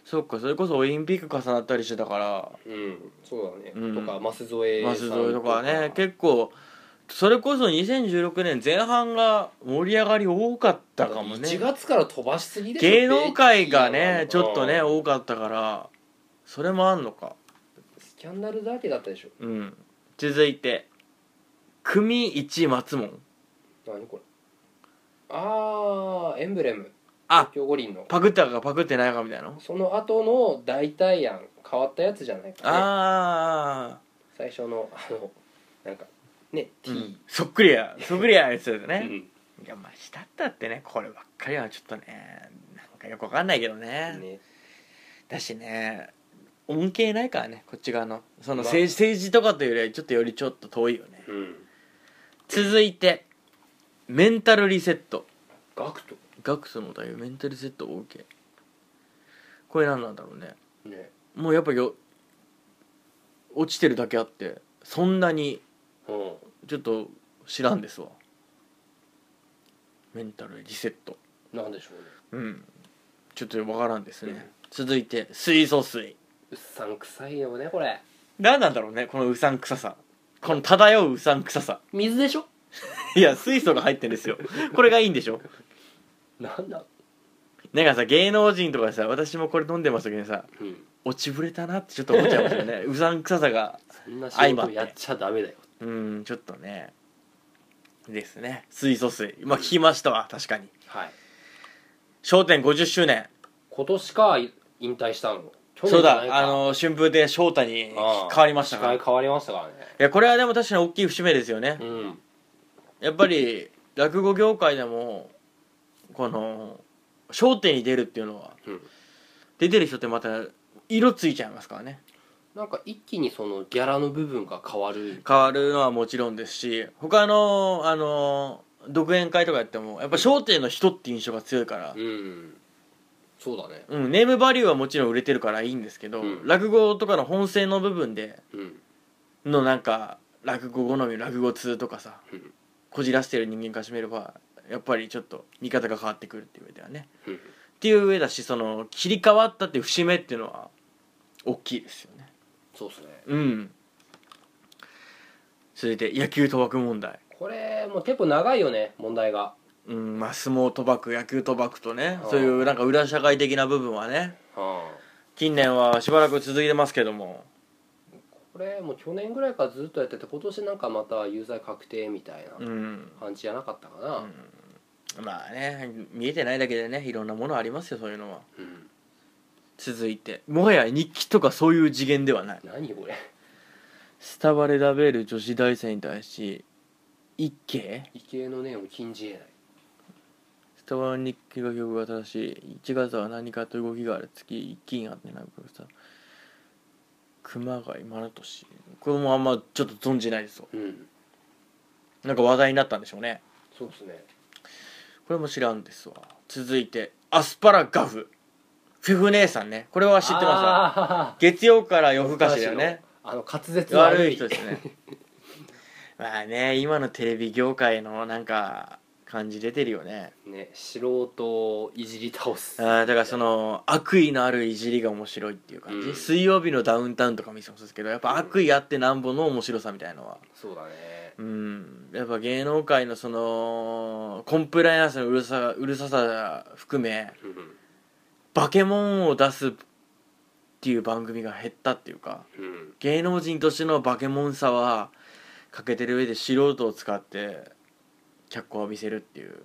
そっかそれこそオリンピック重なったりしてたから
うんそうだね、
うん
とか舛添さん
舛添とかね結構それこそ2016年前半が盛り上がり多かったかもね
1月から飛ばしすぎでしょ
芸能界がね
ベ
ち
ッキー
ょっと
う
ね
ん
多かったからそれもあんのか
スキャンダルだらけだったでしょ
うん続いて組1松門
何これあーエンブレム
あ
東京五輪の
パクったかパクってないかみたいな
その後の代替案変わったやつじゃないか、ね、
ああ
最初のあのなんかね T、
そっくり やそっくりややつだよ
う
ね
ん
いやまあしたったってねこればっかりはちょっとねなんかよくわかんないけどね
ね
だしね恩恵ないからねこっち側のその
まあ
政治政治とかというよりはちょっとよりちょっと遠いよね
うん
続いてメンタルリセット
ガクト
ガクトの対応メンタルリセット OK これ何なんだろうね
ね
もうやっぱよ落ちてるだけあってそんなに
うん
ちょっと知らんですわメンタルリセット
なんでしょうね
うんちょっとわからんですね、
うん
続いて水素水
うっさんくさいよねこれ
何なんだろうねこのうさんくささこの漂ううさんくささ
水でしょ
いや水素が入ってんですよこれがいいんでしょ
なんだ
なんかさ芸能人とかさ私もこれ飲んでますけどさ
うん
落ちぶれたなってちょっと思っちゃいます よねうさんくささが
そんな
相
仕
まっ
事
て
やっちゃダメだよ
うんちょっとねですね水素水まあ聞きましたわ確かに
はい
『笑点』50周年
今年か引退したの去
そう
じゃない
だ
か
あの春風亭昇太に変
ああ
わりましたからい
司会変わりましたからね
やこれはでも確かに大きい節目ですよね
うん
やっぱり落語業界でもこの『笑点』に出るっていうのは、
うん
出てる人ってまた色ついちゃいますからね
なんか一気にそのギャラの部分が変わる
変わるのはもちろんですし他のあの独演会とかやってもやっぱ『笑点』の人って印象が強いから、
うんそうだね
うん、ネームバリューはもちろん売れてるからいいんですけど、
うん
落語とかの本性の部分で
うん
のなんか落語好み落語通とかさ、
うん
こじらせてる人間からしてみればやっぱりちょっと見方が変わってくるっていう上ではね
うん
っていう上だしその切り替わったっていう節目っていうのは大きいですよね
そうっすね
うん続いて野球賭博問題
これもう結構長いよね問題が
うんまあ相撲賭博野球賭博とね
あー
そういうなんか裏社会的な部分はね
はあ
近年はしばらく続いてますけども
これもう去年ぐらいからずっとやってて今年なんかまた有罪確定みたいな
うん
感じじゃなかったかな、
うんまあね見えてないだけでねいろんなものありますよそういうのは
うん
続いてもはや日記とかそういう次元ではない
何これ
スタバで食べる女子大生に対し一慶
異形の念を禁じ得ない
スタバの日記が曲が正しい1月は何かと動きがある月一気にあってなくさ熊谷まなとしこれもあんまちょっと存じないですよ
うん
なんか話題になったんでしょうね
そうですね
これも知らんですわ続いてアスパラガフフェフ姉さんねこれは知ってますわ
あ
月曜から夜
ー
更かしだよね
あの滑舌悪
悪
い
い人ですね まあね今のテレビ業界のなんか感じ出てるよね
ね素人をいじり倒す
あーだからその悪意のあるいじりが面白いっていう感じ、
うん
水曜日のダウンタウンとか見せもそうですけどやっぱ悪意あってなんぼの面白さみたいのは
そうだね
うんやっぱ芸能界のそのコンプライアンスのうるさうるささ含め
うん
バケモンを出すっていう番組が減ったっていうか
うん
芸能人としてのバケモンさは欠けてる上で素人を使って脚光を浴びせるっていう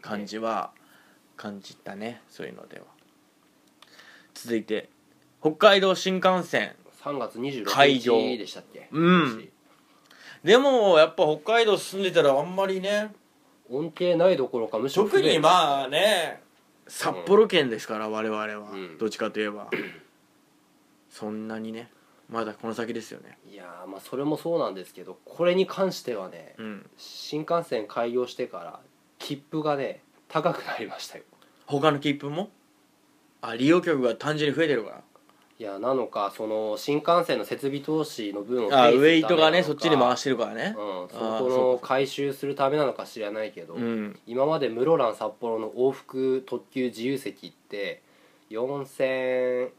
感じは感じたねそういうのでは続いて北海道新幹線
3月
開
26
業
日でしたっけ
うんでもやっぱ北海道住んでたらあんまりね
恩恵ないどころかむしろ
特にまあね
札幌圏ですから我々は、
うん
どっちかといえばそんなにねまだこの先ですよね
いやーまあそれもそうなんですけどこれに関してはね
うん
新幹線開業してから切符がね高くなりましたよ
他の切符もあ利用客が単純に増えてるから
いやなのかその新幹線の設備投資の分を
あ
ペイす
ウェ
る
イ
た
ト
めな
が
の
ね
か
そっちに回してるからね
うん、そ
あー
この回収するためなのか知らないけど、
うん
今まで室蘭札幌の往復特急自由席って4700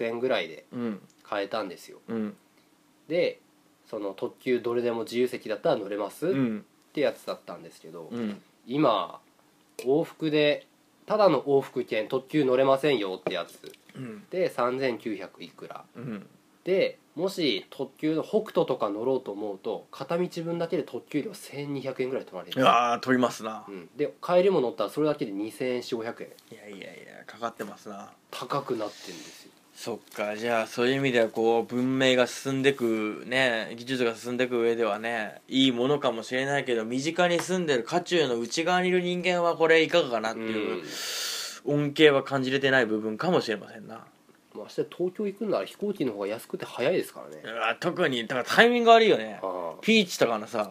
円ぐらいで
うん
買えたんですよ
うん
でその特急どれでも自由席だったら乗れます、
う
っ
ん
てやつだったんですけど、
うん
今往復でただの往復券特急乗れませんよってやつ
うん
で3900いくら
うん
でもし特急の北斗とか乗ろうと思うと片道分だけで特急料1200円ぐらい取られ
い
る、
やー飛びますな
うん、で帰りも乗ったらそれだけで2000円4500円
いやいやいやかかってますな
高くなってんですよ
そっかじゃあそういう意味ではこう文明が進んでくね技術が進んでく上ではねいいものかもしれないけど身近に住んでる渦中の内側にいる人間はこれいかがかなっていう恩恵は感じれてない部分かもしれませんな、
まあ明日東京行くんなら飛行機の方が安くて早いですからね
うわ特にだからタイミング悪いよね
あ
ピーチとかの
あ
さ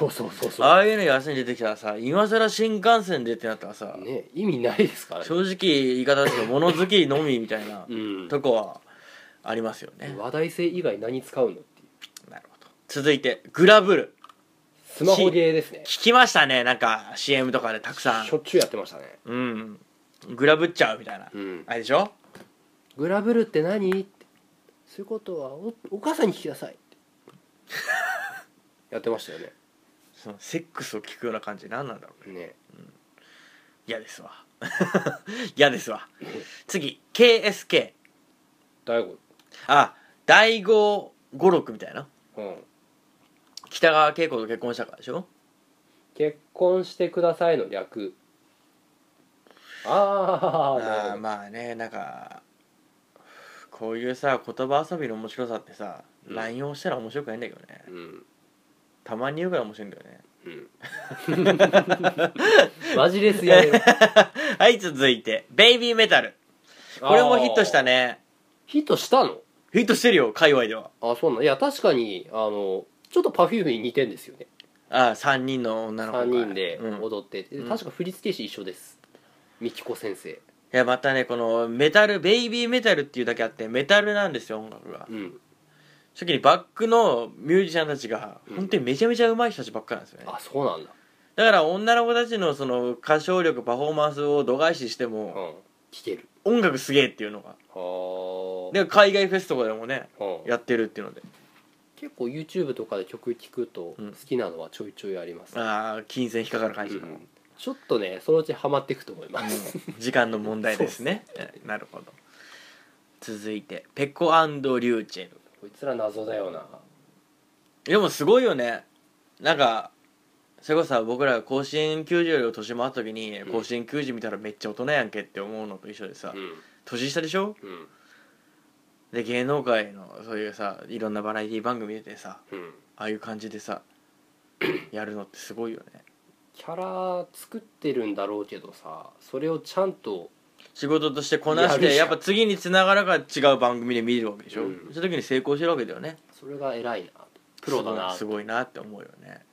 そうそうそうそ
ああいうの安いに出てきたらさ今更新幹線でってなったらさ、
うね意味ないですからね
正直言い方ですけど物好きのみみたいな
うん
とこはありますよね、
話題性以外何使うのっていう
なるほど続いてグラブル
スマホゲーですね
聞きましたねなんか CM とかでたくさん
しょっちゅうやってましたね
うんグラブっちゃうみたいな、
うん
あれでしょ
グラブルって何ってそういうことはおお母さんに聞きなさいって やってましたよね
そのセックスを聞くような感じ何なんだろうね
ね
嫌ですわ 嫌ですわ次 KSK
大悟
あ第五五六みたいな
うん
北川景子と結婚したからでしょ
結婚してくださいの略あーなる
あ
ほ
ー
ど
まあねなんかこういうさ言葉遊びの面白さってさ
うん
乱用したら面白くないんだけどね
うん
たまに言うから面白いんだよね
うんマジレスやめろ
はい続いてベイビーメタル これもヒットした
ね
ね
ヒットしたの
ヒットしてるよ界隈では
あそうなのいや確かにあのちょっとパフュームに似てんですよね
あ3人の女の子が
3人で
うん、い
踊ってて、
うん
確か振り付け師一緒ですみきこ先生
やまたねこのメタルベイビーメタルっていうだけあってメタルなんですよ音楽が
うん
初期にバックのミュージシャンたちが
うん
本当にめちゃめちゃ上手い人たちばっかなんですよね、
あそうなんだ、
だから女の子たちのその歌唱力パフォーマンスを度外視して
うん
も、
聞ける
音楽すげえっていうのが
あー
で海外フェスとかでもね
うん
やってるっていうので
結構 YouTube とかで曲聴くと好
うん
きなのはちょいちょいあります、
ああ金銭引っかかる感
う
じの、
んちょっとねそのうちハマっていくと思います、
時間の問題ですねえなるほど続いてペコリューチェル
こいつら謎だよな
でもすごいよねなんかそれこそさ僕らが甲子園球児よりも年もあった時に
うん
甲子園球児見たらめっちゃ大人やんけって思うのと一緒でさ
うん
年下でしょ
うん
で芸能界のそういうさいろんなバラエティ番組出てさ
うん
ああいう感じ でさやるのってすごいよね
キャラ作ってるんだろうけどさそれをちゃんと
仕事としてこなし
やる
て
じゃ
や
ん
っぱ次につながるから違う番組で見るわけでしょ、
うん
そういう時に成功してるわけだよね
それが偉いなプロだな
すごいすごいなって思うよね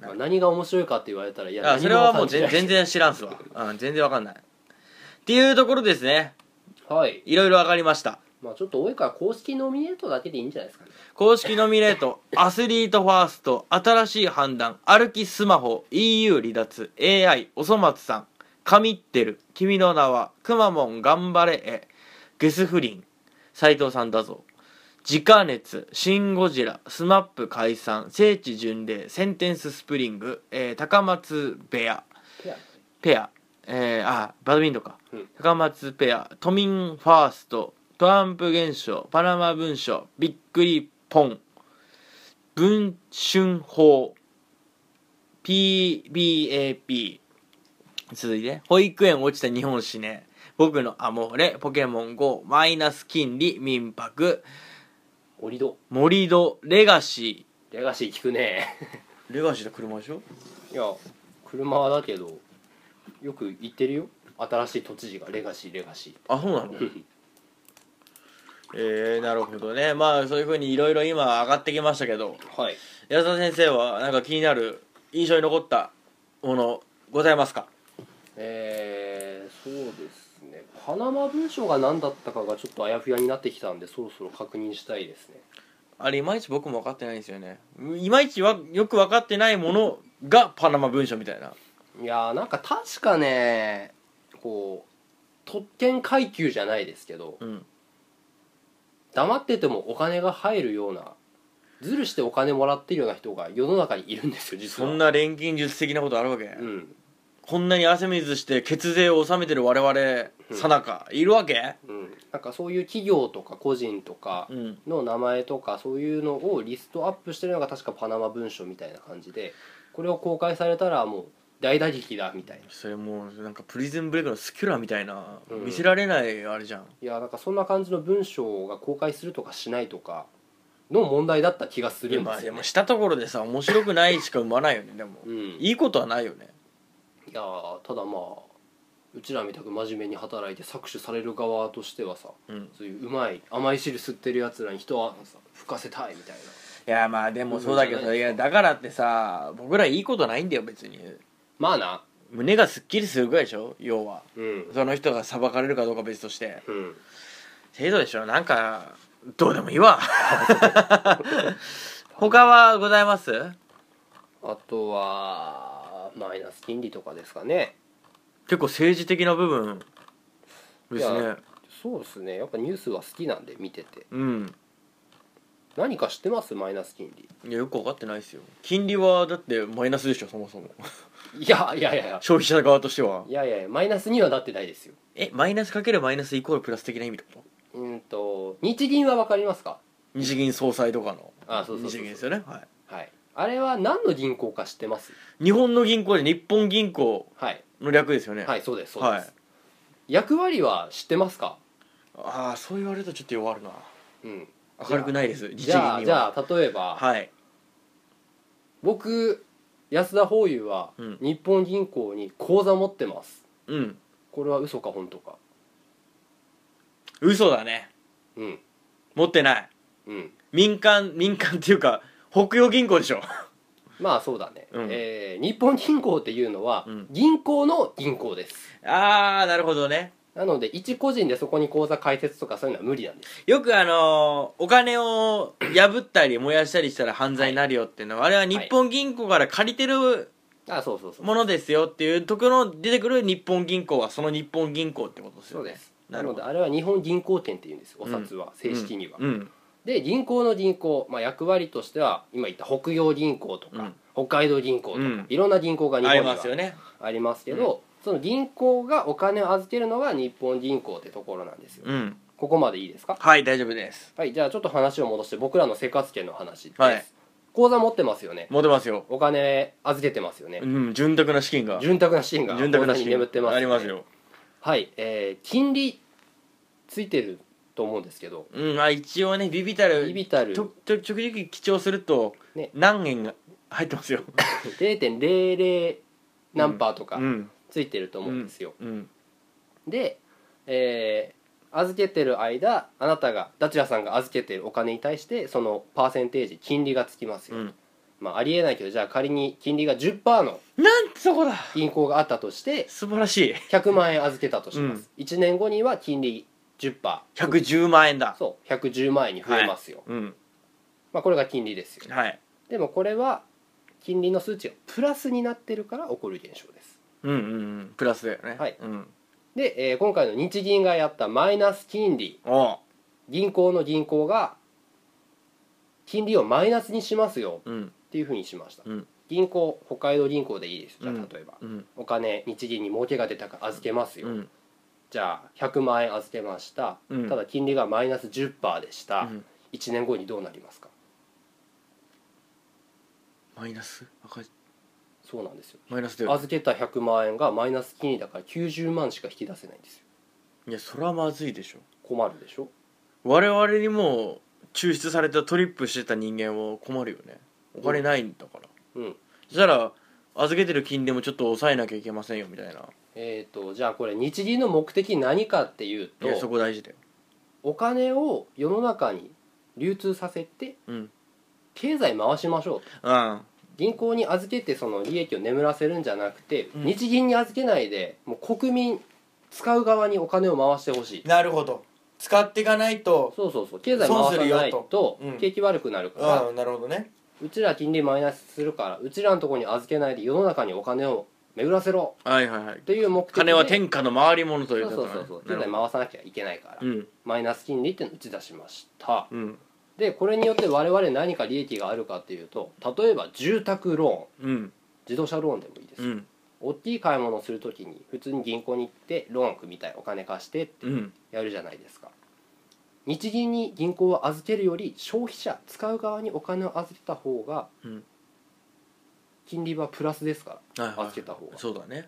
まあ何が面白いかって言われたらいや
あ
何
それはもう
わかん
全
ない
全然知らんすわ、うん、全然わかんないっていうところですね
はい
いろいろ上がりました
まあちょっと多いから公式ノミネートだけでいいんじゃないですかね
公式ノミネートアスリートファースト新しい判断歩きスマホ EU 離脱 AI おそ松さん神ってる君の名はくまモン頑張れえゲス不倫斎藤さんだぞ自家熱シン・ゴジラスマップ解散聖地巡礼センテンススプリング、えー高松ベア
ペア
ペア、えーあバドミントンか、
うん
高松ペア都民ファーストトランプ現象パナマ文書びっくりポン文春法 PBAP 続いて保育園落ちた日本史ね僕のアモーレポケモン GO マイナス金利民泊
オリド
森戸レガシ
レガシー聞くね
ーレガシーって車でしょ
いや車はだけどよく言ってるよ新しい都知事がレガシーレガシー
あそうなのえー、なるほどねまあそういうふうにいろいろ今上がってきましたけど
はい
安田先生はなんか気になる印象に残ったものございますか
えー、そうですねパナマ文書が何だったかがちょっとあやふやになってきたんでそろそろ確認したいですね
あれいまいち僕も分かってないんですよねいまいちわよく分かってないものがパナマ文書みたいない
やーなんか確かねこう特権階級じゃないですけど
うん
黙っててもお金が入るようなずるしてお金もらってるような人が世の中にいるんですよ実
そ
は
んな錬金術的なことあるわけ、
うん
こんなに汗水して血税を納めてる我々さなかいるわけ、
うん、なんかそういう企業とか個人とか
うん、
の名前とかそういうのをリストアップしてるのが確かパナマ文書みたいな感じでこれを公開されたらもう大打撃だみたいな
それもうなんかプリズンブレイクのスキュラみたいな、
うん
見せられないあれじゃん
いやなんかそんな感じの文章が公開するとかしないとかの問題だった気がす
いや
るん
ま
で
あ
す
で
よ、ね
もしたところでさ面白くないしか生まないよねでも、
うん、い
いいことはないよね
やーただまあうちらみたく真面目に働いて搾取される側としてはさ
うん
そういううまい甘い汁吸ってるやつらに人はさ吹かせたいみたいない
やまあでもそうだけどさいやだからってさ僕らいいことないんだよ別に
まあな
胸がすっきりするぐらいでしょ要は
うん
その人が裁かれるかどうか別として
うん
程度でしょなんかどうでもい いわ他はございます
あとはマイナス金利とかですかね
結構政治的な部分です
い
ね
やそうですねやっぱニュースは好きなんで見てて
うん
何か知ってますマイナス金利
いやよく分かってないですよ金利はだってマイナスでしょそもそ も
いやいやいやいや
消費者側としてはい
やいやいやマイナスにはなってないですよ
えマイナスかけるマイナスイコールプラス的な意味ってこと
うんと日銀は分かりますか
日銀総裁とかの
あそうそうそうそう
日銀ですよね、は
はいあれは何の銀行か知ってます
い、日本の銀行で日本銀行
はい
の略ですよね、
はいそうですそうです、
はい
役割は知ってますか
ああそう言われるとちょっと弱るな
うん
明るくないです日銀
じ
に
ゃ
は
あじゃあ例えば、
はい
僕安田法友は
うん
日本銀行に口座持ってます
うん
これは嘘か本当か
嘘だね
うん
持ってない
うん
民間民間っていうか北洋銀行でしょ
まあそうだね、
うん
えー日本銀行っていうのは
うん
銀行の銀行です
ああなるほどね
なので一個人でそこに口座開設とかそういうのは無理なんです
よくあのーお金を破ったり燃やしたりしたら犯罪になるよっていうのは、あれは日本銀行から借りてる
あそうそうそう
ものですよっていうところに出てくる日本銀行はその日本銀行ってことです
そ
よ
う
ね
です
な
な
る
の
ほ
で
ど
あれは日本銀行店っていうんですお札は、正式には、
うん
で銀行の銀行、まあ、役割としては今言った北洋銀行とか、
うん
北海道銀行とか、
うん
いろんな銀行が日
あ
本に
り
は
ますよね
ありますけど、その銀行がお金を預けるのが日本銀行ってところなんですよ、
うん
ここまでいいですか
はい大丈夫です
はいじゃあちょっと話を戻して僕らの生活圏の話です、
はい
口座持ってますよね
持てますよ
お金預けてますよね、
うん潤沢な資金が
潤沢な資金が
潤沢な
口座に
資金
眠ってます、
ありますよ
はいえー、金利ついてると思うんですけど
うんあ一応ねビビたる
ビビたる
ととちょくちょく記帳すると
ね
何円が入ってますよ
0.00何パーとか
うん
ついてると思うんですよ、
うん
で、えー預けてる間あなたがダチュラさんが預けてるお金に対してそのパーセンテージ金利がつきます
う
よ、
ん
まあ、ありえないけどじゃあ仮に金利が10%の
なんそこだ
銀行があったとして
素晴らしい
100万円預けたとします、1年後には金利10%
110万円だ
そう110万円に増えますよ、
うん
まあ、これが金利ですよ
はい
でもこれは金利の数値がプラスになってるから起こる現象です
うんうんうんプラスだよね
はい
うん
で、えー今回の日銀がやったマイナス金利
おう
銀行の銀行が金利をマイナスにしますよ
うん
っていうふうにしました、
うん
銀行北海道銀行でいいですじゃあ
う
例
ん
えば、
うん
お金日銀に儲けが出たから預けますよ、
うん
じゃあ100万円預けました、
うん
ただ金利がマイナス10%でした、
うん
1年後にどうなりますか
マイナス赤字
そうなんですよ
マイナスだよ
預けた100万円がマイナス金利だから90万しか引き出せないんですよ
いやそれはまずいでしょ
困るでしょ
我々にも抽出されたトリップしてた人間は困るよねお金ないんだから、
うん
そしたら預けてる金利もちょっと抑えなきゃいけませんよみたいな
えー、とじゃあこれ日銀の目的何かっていう
いやそ
と
こ大事だよ
お金を世の中に流通させて
うん
経済回しましょうと
うん
銀行に預けてその利益を眠らせるんじゃなくて、
うん
日銀に預けないでもう国民使う側にお金を回してほしい
なるほど使っていかないと
そうそうそう経済回さない
損するよ
と
とうん
景気悪くなるから、
ああなるほどね
うちら金利マイナスするからうちらのところに預けないで世の中にお金を巡らせろ
はいはいはい
という目的で
金は天下の回り物という
そう
こ
そう
とだ
そ
ね
うそう
な
経
る
済
ほど
回さなきゃいけないから、
うん
マイナス金利っていうのを打ち出しました
うん
でこれによって我々何か利益があるかっていうと例えば住宅ローン
うん
自動車ローンでもいいです、
うん
大きい買い物をするときに普通に銀行に行ってローン組みたいお金貸してって
うん
やるじゃないですか日銀に銀行を預けるより消費者使う側にお金を預けた方が
うん
金利はプラスですから
はいはい
預けた方が
そうだね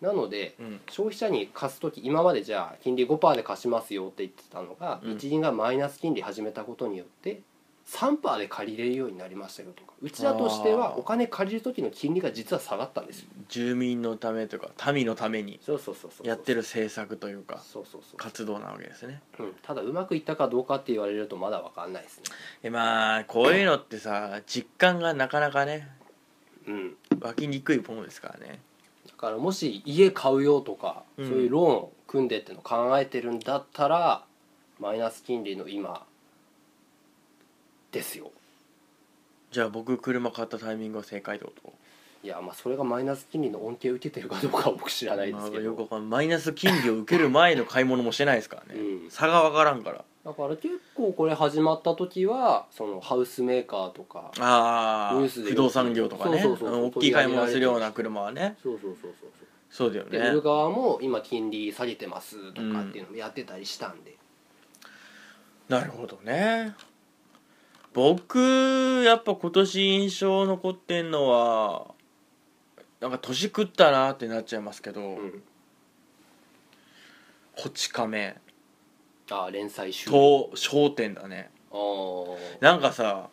なので
うん
消費者に貸す時今までじゃあ金利5%で貸しますよって言ってたのが、
うん
日銀がマイナス金利始めたことによって3%で借りれるようになりましたよとかうちらとして
あ
は
ー
お金借りる時の金利が実は下がったんですよ
住民のためとか民のために
そうそうそうそう
やってる政策というか
そうそうそ
活動なわけですね
う、うん、ただうまくいったかどうかって言われるとまだ分かんないですね
えまあこういうのってさ実感がなかなかね
うん
湧きにくいものですからね
だからもし家買うよとか、
うん
そういうローンを組んでってのを考えてるんだったらマイナス金利の今ですよ
じゃあ僕車買ったタイミングは正解ってこと
いやまあそれがマイナス金利の恩恵を受けてるかどうかは僕知らないですけ
まあよく
ど
わかんないマイナス金利を受ける前の買い物もしてないですからね、
うん
差が分からんから
だから結構これ始まった時はそのハウスメーカーとか
あ
ニュ
あ
ースで
不動産業とかね
そうそうそう
うん大きい買い物するような車はね
そうそうそうそうそう
そうだよ
で売る
ね
側も今金利下げてますとかっていうのもやってたりしたんで、
なるほどね僕やっぱ今年印象残ってんのはなんか年食ったなってなっちゃいますけど、
うん
こち亀
ああ連載終了
と商店だね
あー
なんかさ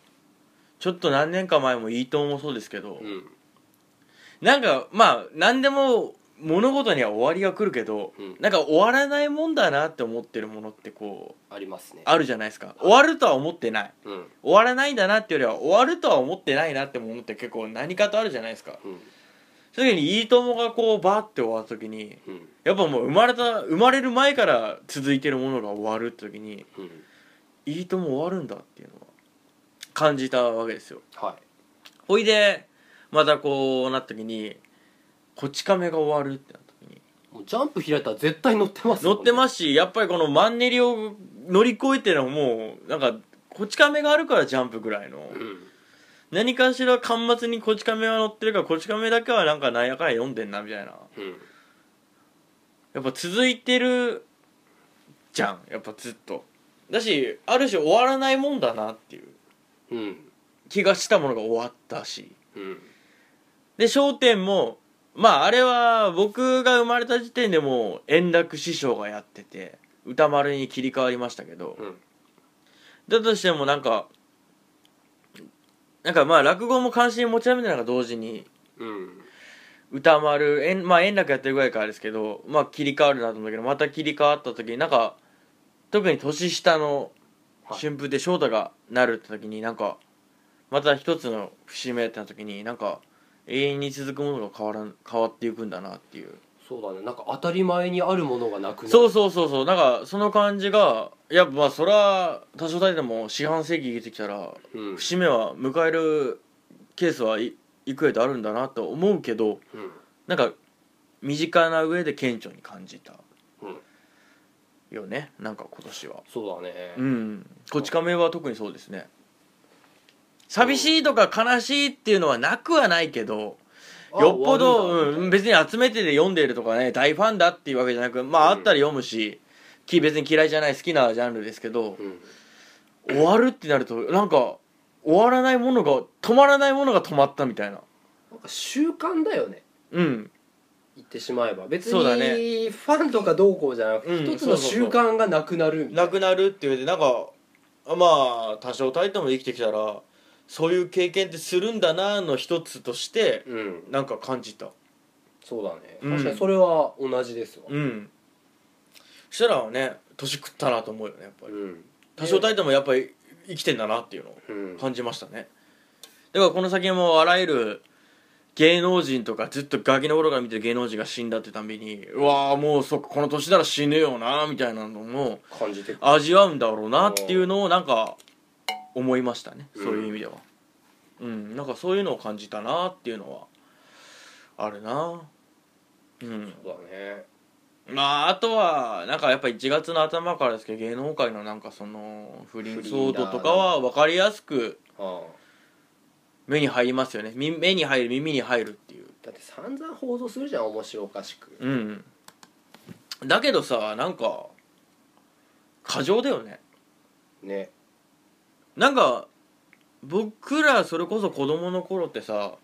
ちょっと何年か前もいいともそうですけど、
うん
なんかまあ何でも物事には終わりが来るけど、
うん
なんか終わらないもんだなって思ってるものってこう
ありますね
あるじゃないですか終わるとは思ってない
うん
終わらないんだなっていうよりは終わるとは思ってないなってものって結構何かとあるじゃないですか
うん
そういう時にいいともがこうバーって終わった時に
うん
やっぱもう生まれた生まれる前から続いてるものが終わるって時に
うん
いいとも終わるんだっていうのは感じたわけですよ
はい
ほいでまたこうなった時にこち亀が終わるってなった時に
もうジャンプ開いたら絶対乗ってます
乗ってますすしやっぱりこのマンネリを乗り越えてのもうなんかこち亀があるからジャンプぐらいの
うん
何かしら巻末にこち亀は乗ってるからこち亀だけはなんかなんやかんや読んでんなみたいな
うん
やっぱ続いてるじゃんやっぱずっとだしある種終わらないもんだなっていう
うん
気がしたものが終わったし
うん
で『笑点』もまああれは僕が生まれた時点でもう円楽師匠がやってて歌丸に切り替わりましたけど、
うん
だとしてもなんかなんかまあ落語も関心持ち上げてなんか同時に
うん
歌丸円,、まあ、円楽やってるぐらいからですけど、まあ、切り替わるなと思うんだけどまた切り替わった時になんか特に年下の
はい
春風で翔太がなるって時になんかまた一つの節目ってな時になんか永遠に続くものが変わらん変わっていくんだなっていう
そうだねなんか当たり前にあるものがなくなる
そうそうそうそうなんかその感じがやっぱまあそれは多少たりでも四半世紀生きてきたら
うん
節目は迎えるケースはい幾重とあるんだなと思うけ
う
ど
ん
なんか身近な上で顕著に感じた
うん
よねなんか今年は
そうだね
うんこち亀は特にそうですね寂しいとか悲しいっていうのはなくはないけど
あ
よっぽ
終わ
ど、
るんだ
うん、別に集めてで読んでいるとかね大ファンだっていうわけじゃなくまああ
うん
ったら読むし、き別に嫌いじゃない好きなジャンルですけど、
うん
終わるってなるとなんか終わらないものが止まらないものが止まったみたいな
なんか習慣だよね
うん
言ってしまえば別
そうだ
にファンとかどうこうじゃなく
うん
て一つの習慣がなくなるみたい
なくなるっていうでなんかあまあ多少たりとも生きてきたらそういう経験ってするんだなの一つとして
うん
なんか感じた
そうだね
うん
確かにそれは同じですわ
うんそしたらね年食ったなと思うよねやっぱり
ん
多少たりともやっぱり生きてんだなっていうのを
うん
感じましたねだからこの先もあらゆる芸能人とかずっとガキの頃から見てる芸能人が死んだってたんびにうわあもうそっかこの年なら死ぬよなみたいなのも
感じてくる
味わうんだろうなっていうのをなんか思いましたね
うん
そういう意味ではうん、なんかそういうのを感じたなっていうのはあるなうん
そうだね
まああとはなんかやっぱり1月の頭からですけど芸能界のなんかその不倫騒動とかは分かりやすく
ああ
目に入りますよねみ目に入る耳に入るっていう
だって散々報道するじゃん面白おかしく
うんだけどさなんか過剰だよね
ね
なんか僕らそれこそ子供の頃ってさ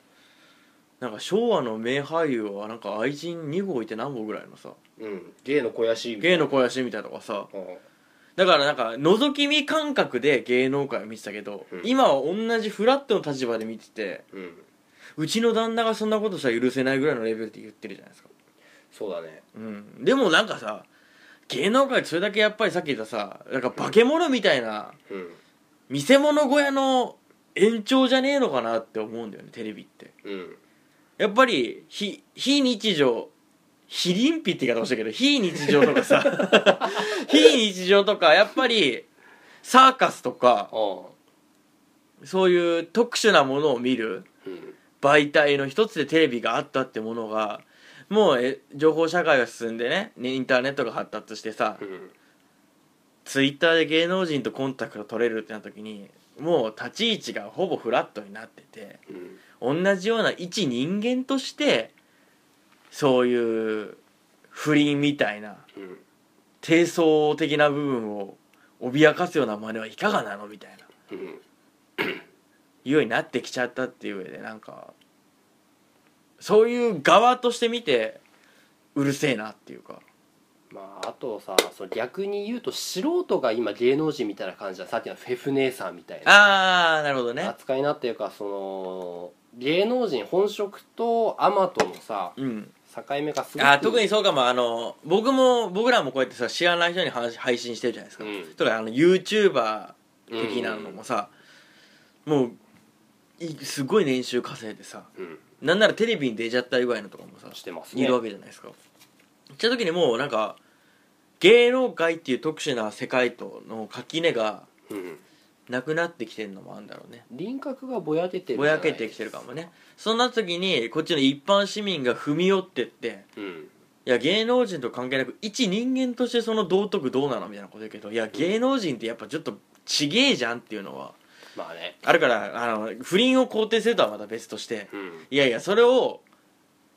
なんか昭和の名俳優はなんか愛人2号いて何本ぐらいのさ
うん芸の肥やしみたいな
芸の肥やしみたいなとかさ
うん
だからなんか覗き見感覚で芸能界を見てたけど、
うん
今は同じフラットの立場で見てて
うん
うちの旦那がそんなことしたら許せないぐらいのレベルで言ってるじゃないですか、
そうだね
うん、でもなんかさ芸能界ってそれだけやっぱりさっき言ったさなんか化け物みたいな
うん
見せ物小屋の延長じゃねえのかなって思うんだよねテレビって
うん
やっぱり非非日常非倫比って言い方をしたけど非日常とかさ非日常とかやっぱりサーカスと
あ
か
あ
そういう特殊なものを見る
うん
媒体の一つでテレビがあったってものがもうえ情報社会が進んでねねインターネットが発達してさ
うん
ツイッターで芸能人とコンタクト取れるってなった時にもう立ち位置がほぼフラットになってて
うん
同じような一人間としてそういう不倫みたいな
うん
低層的な部分を脅かすような真似はいかがなのみたいな
うん
いうようになってきちゃったっていう上でなんかそういう側として見てうるせえなっていうか
まああとさその逆に言うと素人が今芸能人みたいな感じださっきのフェフ姉さんみたいな
ああなるほどね
扱いになってるからその芸能人本職とアマとのさ
うん
境目がすごく
あー特にそうかもあの僕も僕らもこうやってさ知らない人に話配信してるじゃないですか、
うん
とかあの YouTuber 的なのもさ、もういすごい年収稼いでさ
うん
なんならテレビに出ちゃった以外のとかもさ
してます
い
ね
るわけじゃないですかした時にもうなんか芸能界っていう特殊な世界との垣根が
うん
なくなってきてるのもあるんだろうね
輪郭がぼやけてる
ぼやけてきてるかもねそうなった時にこっちの一般市民が踏み寄ってって
うん
いや芸能人と関係なく一人間としてその道徳どうなのみたいなこと言うけどいや芸能人ってやっぱちょっとちげえじゃんっていうのは
まあね
あるからあの不倫を肯定するとはまた別として
うん
いやいやそれを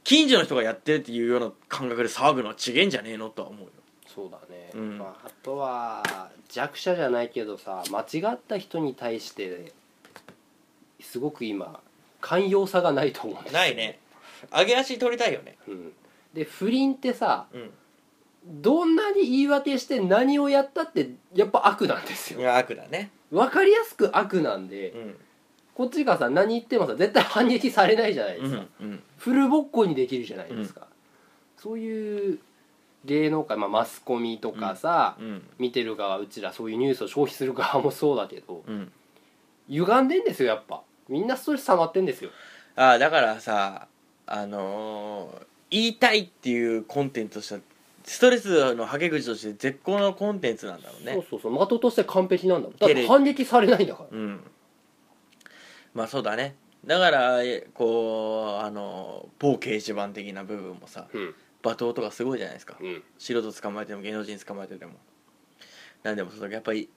近所の人がやってるっていうような感覚で騒ぐのはちげえんじゃねえのとは思うよ
そうだね、
うん
まあ、あとは弱者じゃないけどさ間違った人に対してすごく今寛容さがないと思うんですよ
ないね揚げ足取りたいよね
うん、で不倫ってさ
うん
どんなに言い訳して何をやったってやっぱ悪なんですよ
悪だね
分かりやすく悪なんで、
うん
こっちがさ何言ってもさ絶対反撃されないじゃないで
う
すか、
んうん
フルボッコにできるじゃないですか、そういう芸能界、まあ、マスコミとかさ、
うん
見てる側うちらそういうニュースを消費する側もそうだけど
うん
歪んでんですよやっぱみんなストレス溜まってんですよ
ああだからさあのー言いたいっていうコンテンツとしてはストレスのはけ口として絶好のコンテンツなんだろうね
そうそうそう的として完璧なんだもんだっ
テ
て
レ
反撃されないんだから
うんまあそうだねだからえこうあの某掲示板的な部分もさ
うん
罵倒とかすごいじゃないですか
うん
素人捕まえても芸能人捕まえてでもなんでもそのやっぱり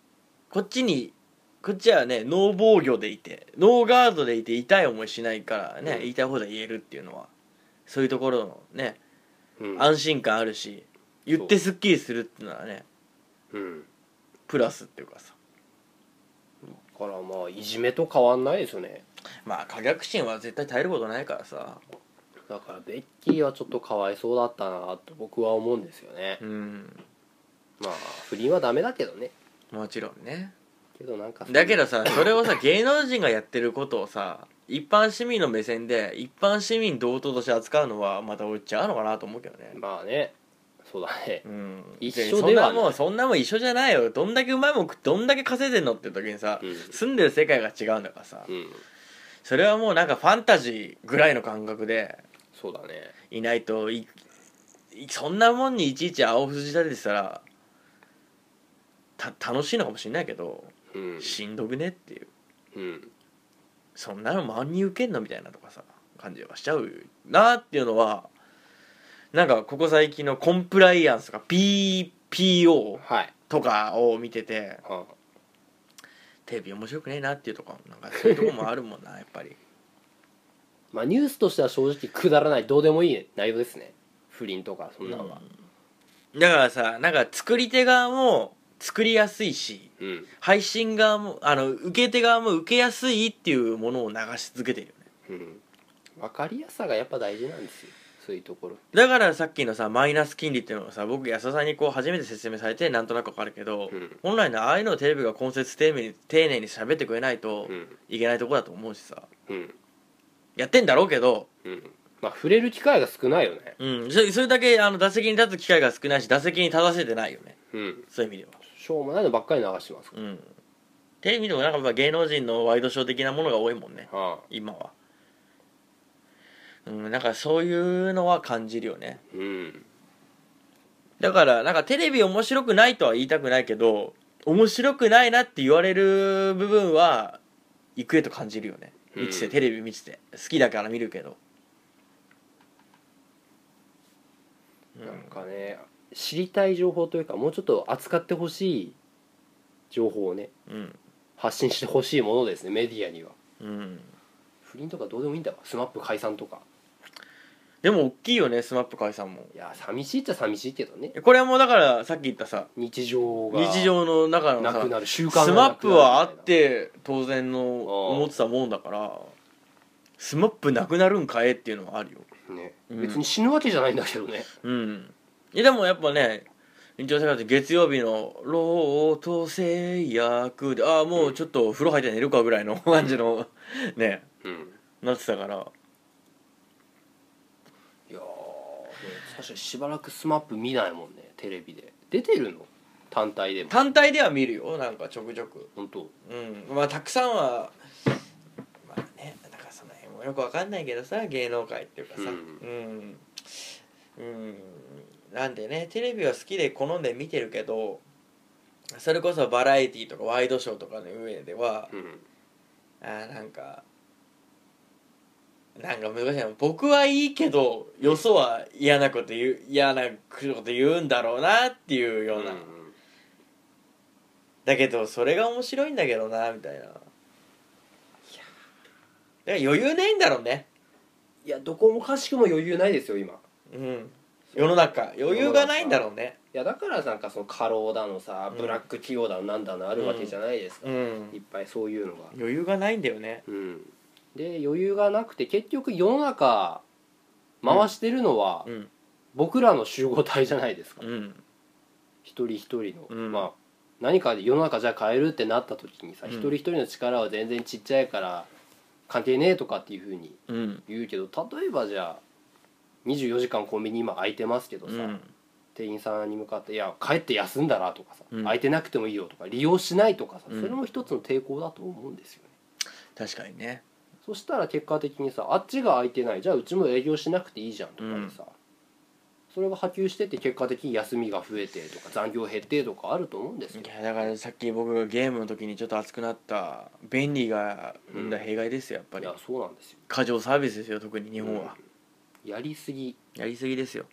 こっちにこっちはねノー防御でいてノーガードでいて痛い思いしないからね、
うん
言いたい放題言えるっていうのはそういうところのね
うん
安心感あるし言ってすっきりするっていうのはね
うん
プラスっていうかさ
だからまあいじめと変わんないですよね
まあ可逆心は絶対耐えることないからさ
だからベッキーはちょっとかわいそうだったなと僕は思うんですよね
うん
まあ不倫はダメだけどね
もちろんね
けどなんか
だけ
ど
どさそれをさ芸能人がやってることをさ一般市民の目線で一般市民同等として扱うのはまた俺違うのかなと思うけどね
まあねそうだね
うん
一緒ではない
そんなもんそんなもん一緒じゃないよどんだけうまいもん食ってどんだけ稼いでんのって時にさ、
うん
住んでる世界が違うんだからさ、
うん
それはもうなんかファンタジーぐらいの感覚で
そうだね
いないといいそんなもんにいちいち青筋立ててたらた楽しいのかもしれないけど
うん
しんどくねっていう
うん
そんなの万人受けんのみたいなとかさ感じはしちゃうなっていうのはなんかここ最近のコンプライアンスとか PPO
はい、
とかを見てて
は
テレビ面白くねえなっていうとかなんかそういうとこもあるもん なやっぱり
まあ、ニュースとしては正直くだらないどうでもいい内容ですね不倫とかそんなのは
だからさなんか作り手側も作りやすいし
うん、
配信側もあの受け手側も受けやすいっていうものを流し続けてるよね
うん、分かりやすさがやっぱ大事なんですよそういうところ
だからさっきのさマイナス金利っていうのはさ僕安田さんにこう初めて説明されてなんとなくわかるけど、
うん
本来のああいうのをテレビが根節丁寧に丁寧に喋ってくれないと
うん
いけないとこだと思うしさ
うん
やってんだろうけど、
うんまあ触れる機会が少ないよね
うん、そそれだけあの打席に立つ機会が少ないし打席に立たせてないよね
うん
そういう意味では
しょうもないのばっかり流してますか
うんテレビでもなんかやっぱ芸能人のワイドショー的なものが多いもんね
ら、はあ、
今はうんなんかそういうのは感じるよね
うん
だからなんかテレビ面白くないとは言いたくないけど面白くないなって言われる部分は行くえと感じるよね
うん
見ててテレビ見てて好きだから見るけどうん
なんかね知りたい情報というかもうちょっと扱ってほしい情報をね
うん
発信してほしいものですねメディアには
うん
不倫とかどうでもいいんだわスマップ解散とか
でも大きいよねスマップ解散も
いや寂しいっちゃ寂しいけどね
これはもうだからさっき言ったさ
日常が
日常の中の
な
さ
くなる習慣
スマップはあ
なくなるみたいな
って当然の思ってたもんだからスマップなくなるんかえっていうのはあるよ
ね、
うん
別に死ぬわけじゃないんだけどね
うんいやでもやっぱね日常生活月曜日の「ロート制約」でああもうちょっと風呂入って寝るかぐらいの感じのね
うん
なってたから
いやーね確かにしばらくスマップ見ないもんねテレビで出てるの単体でも
単体では見るよなんかちょくちょく
本当
うんまあたくさんはまあねなんかその辺もよくわかんないけどさ芸能界っていうかさうん、うん、なんでねテレビは好きで好んで見てるけどそれこそバラエティとかワイドショーとかの上では
うん
あーなんかなんか難しいな僕はいいけどよそは嫌なこと言う嫌なこと言うんだろうなっていうような、
うん
だけどそれが面白いんだけどなみたいないや余裕ないんだろうね
いやどこもかしくも余裕ないですよ今い
うん世の中余裕がないんだろうね
やだからなんかその過労だのさ
うん
ブラック企業だのなんだのあるわけじゃないですか、
うん
いっぱいそういうのが
余裕がないんだよね
うんで余裕がなくて結局世の中回してるのは
うん
僕らの集合体じゃないですか、
うん
一人一人の、
うん
まあ何か世の中じゃ変えるってなった時にさ、
うん
一人一人の力は全然ちっちゃいから関係ねえとかっていうふうに
うん
言うけど例えばじゃあ24時間コンビニ今空いてますけど
う
さ、
ん
店員さんに向かって「いや帰って休んだら」とかさ、
うん
空いてなくてもいいよ」とか利用しないとかさ、
うん
それも一つの抵抗だと思うんですよね。
確かにね
そしたら結果的にさあっちが空いてないじゃあうちも営業しなくていいじゃんとかでさ、それが波及してって結果的に休みが増えてとか残業減ってとかあると思うんですよ
いやだからさっき僕がゲームの時にちょっと熱くなった便利が生んだ弊害ですよやっぱ
い
り
やそうなんですよ
過剰サービスですよ特に日本は、
やりすぎ
やりすぎですよ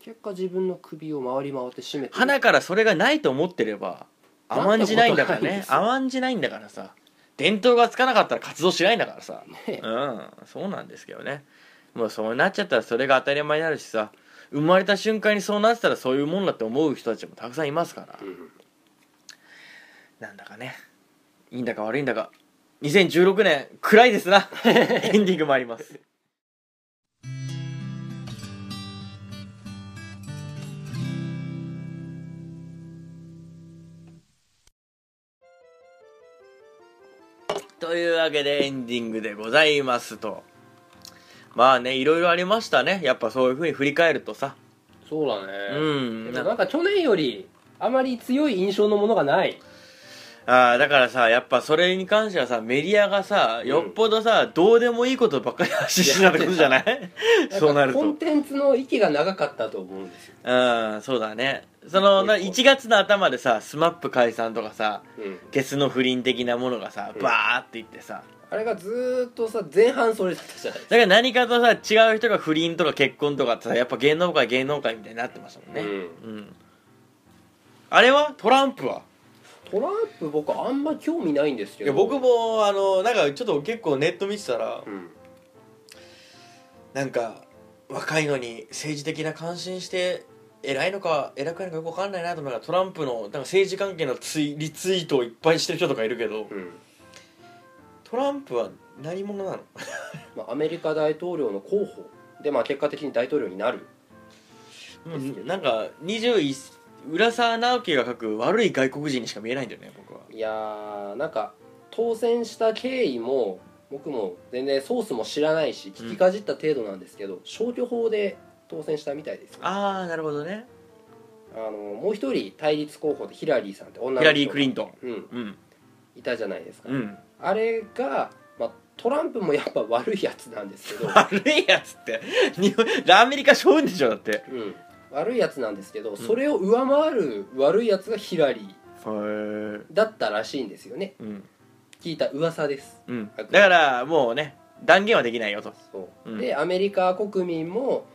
結果自分の首を回り回って締めてる
花からそれがないと思ってれば甘んじないんだから
なった
ね
ことな
甘んじないんだからさ伝統がつかなかったら活動しないんだからさ
ね
うんそうなんですけどねもうそうなっちゃったらそれが当たり前になるしさ生まれた瞬間にそうなってたらそういうもんだって思う人たちもたくさんいますから
うん
なんだかねいいんだか悪いんだか2016年暗いです なエンディングもありますというわけでエンディングでございますとまあねいろいろありましたねやっぱそういうふうに振り返るとさ
そうだ
う
ね、
ん
で
な
もなんか去年よりあまり強い印象のものがない
ああだからさやっぱそれに関してはさメディアがさよっぽどさ、どうでもいいことばっかり発信してたってことじゃない そうなると
コンテンツの息が長かったと思うんですよ、
うんそうだねそのな1月の頭でさ SMAP 解散とかさ
うん、
ゲスの不倫的なものがさ
うん
バーっていってさ
あれがずーっとさ前半それだったじゃないですか
だから何かとさ違う人が不倫とか結婚とかってさやっぱ芸能界芸能界みたいになってましたもんね
う
うんあれはトランプは
トランプ僕あんま興味ないんですけ
い
ど
や僕もあのなんかちょっと結構ネット見てたら
うん
なんか若いのに政治的な関心して偉いのか偉くないのかよく分かんないなと思ったらトランプのなんか政治関係のツイリツイートをいっぱいしてる人とかいるけど
うん
トランプは何者なの
まあ、アメリカ大統領の候補で、まあ、結果的に大統領になる
もうなんか21浦沢直樹が書く悪い外国人にしか見えないんだよね僕はい
やーなんか当選した経緯も僕も全然ソースも知らないし聞きかじった程度なんですけど、消去法で当選したみたいですあ
ああなるほどね
のもう一人対立候補でヒラリーさんって女の人
ヒラリー・クリント
う
ン
ん、
うん
いたじゃないですか、
うん
あれが、まあ、トランプもやっぱ悪いやつなんですけど、
悪いやつって 日本アメリカ勝負でしょだってへ
うん、悪いやつなんですけどそれを上回る悪いやつがヒラリー
え
だったらしいんですよね
うん
聞いた噂です
うんだからもうね断言はできないよと
そう、
うん
でアメリカ国民も、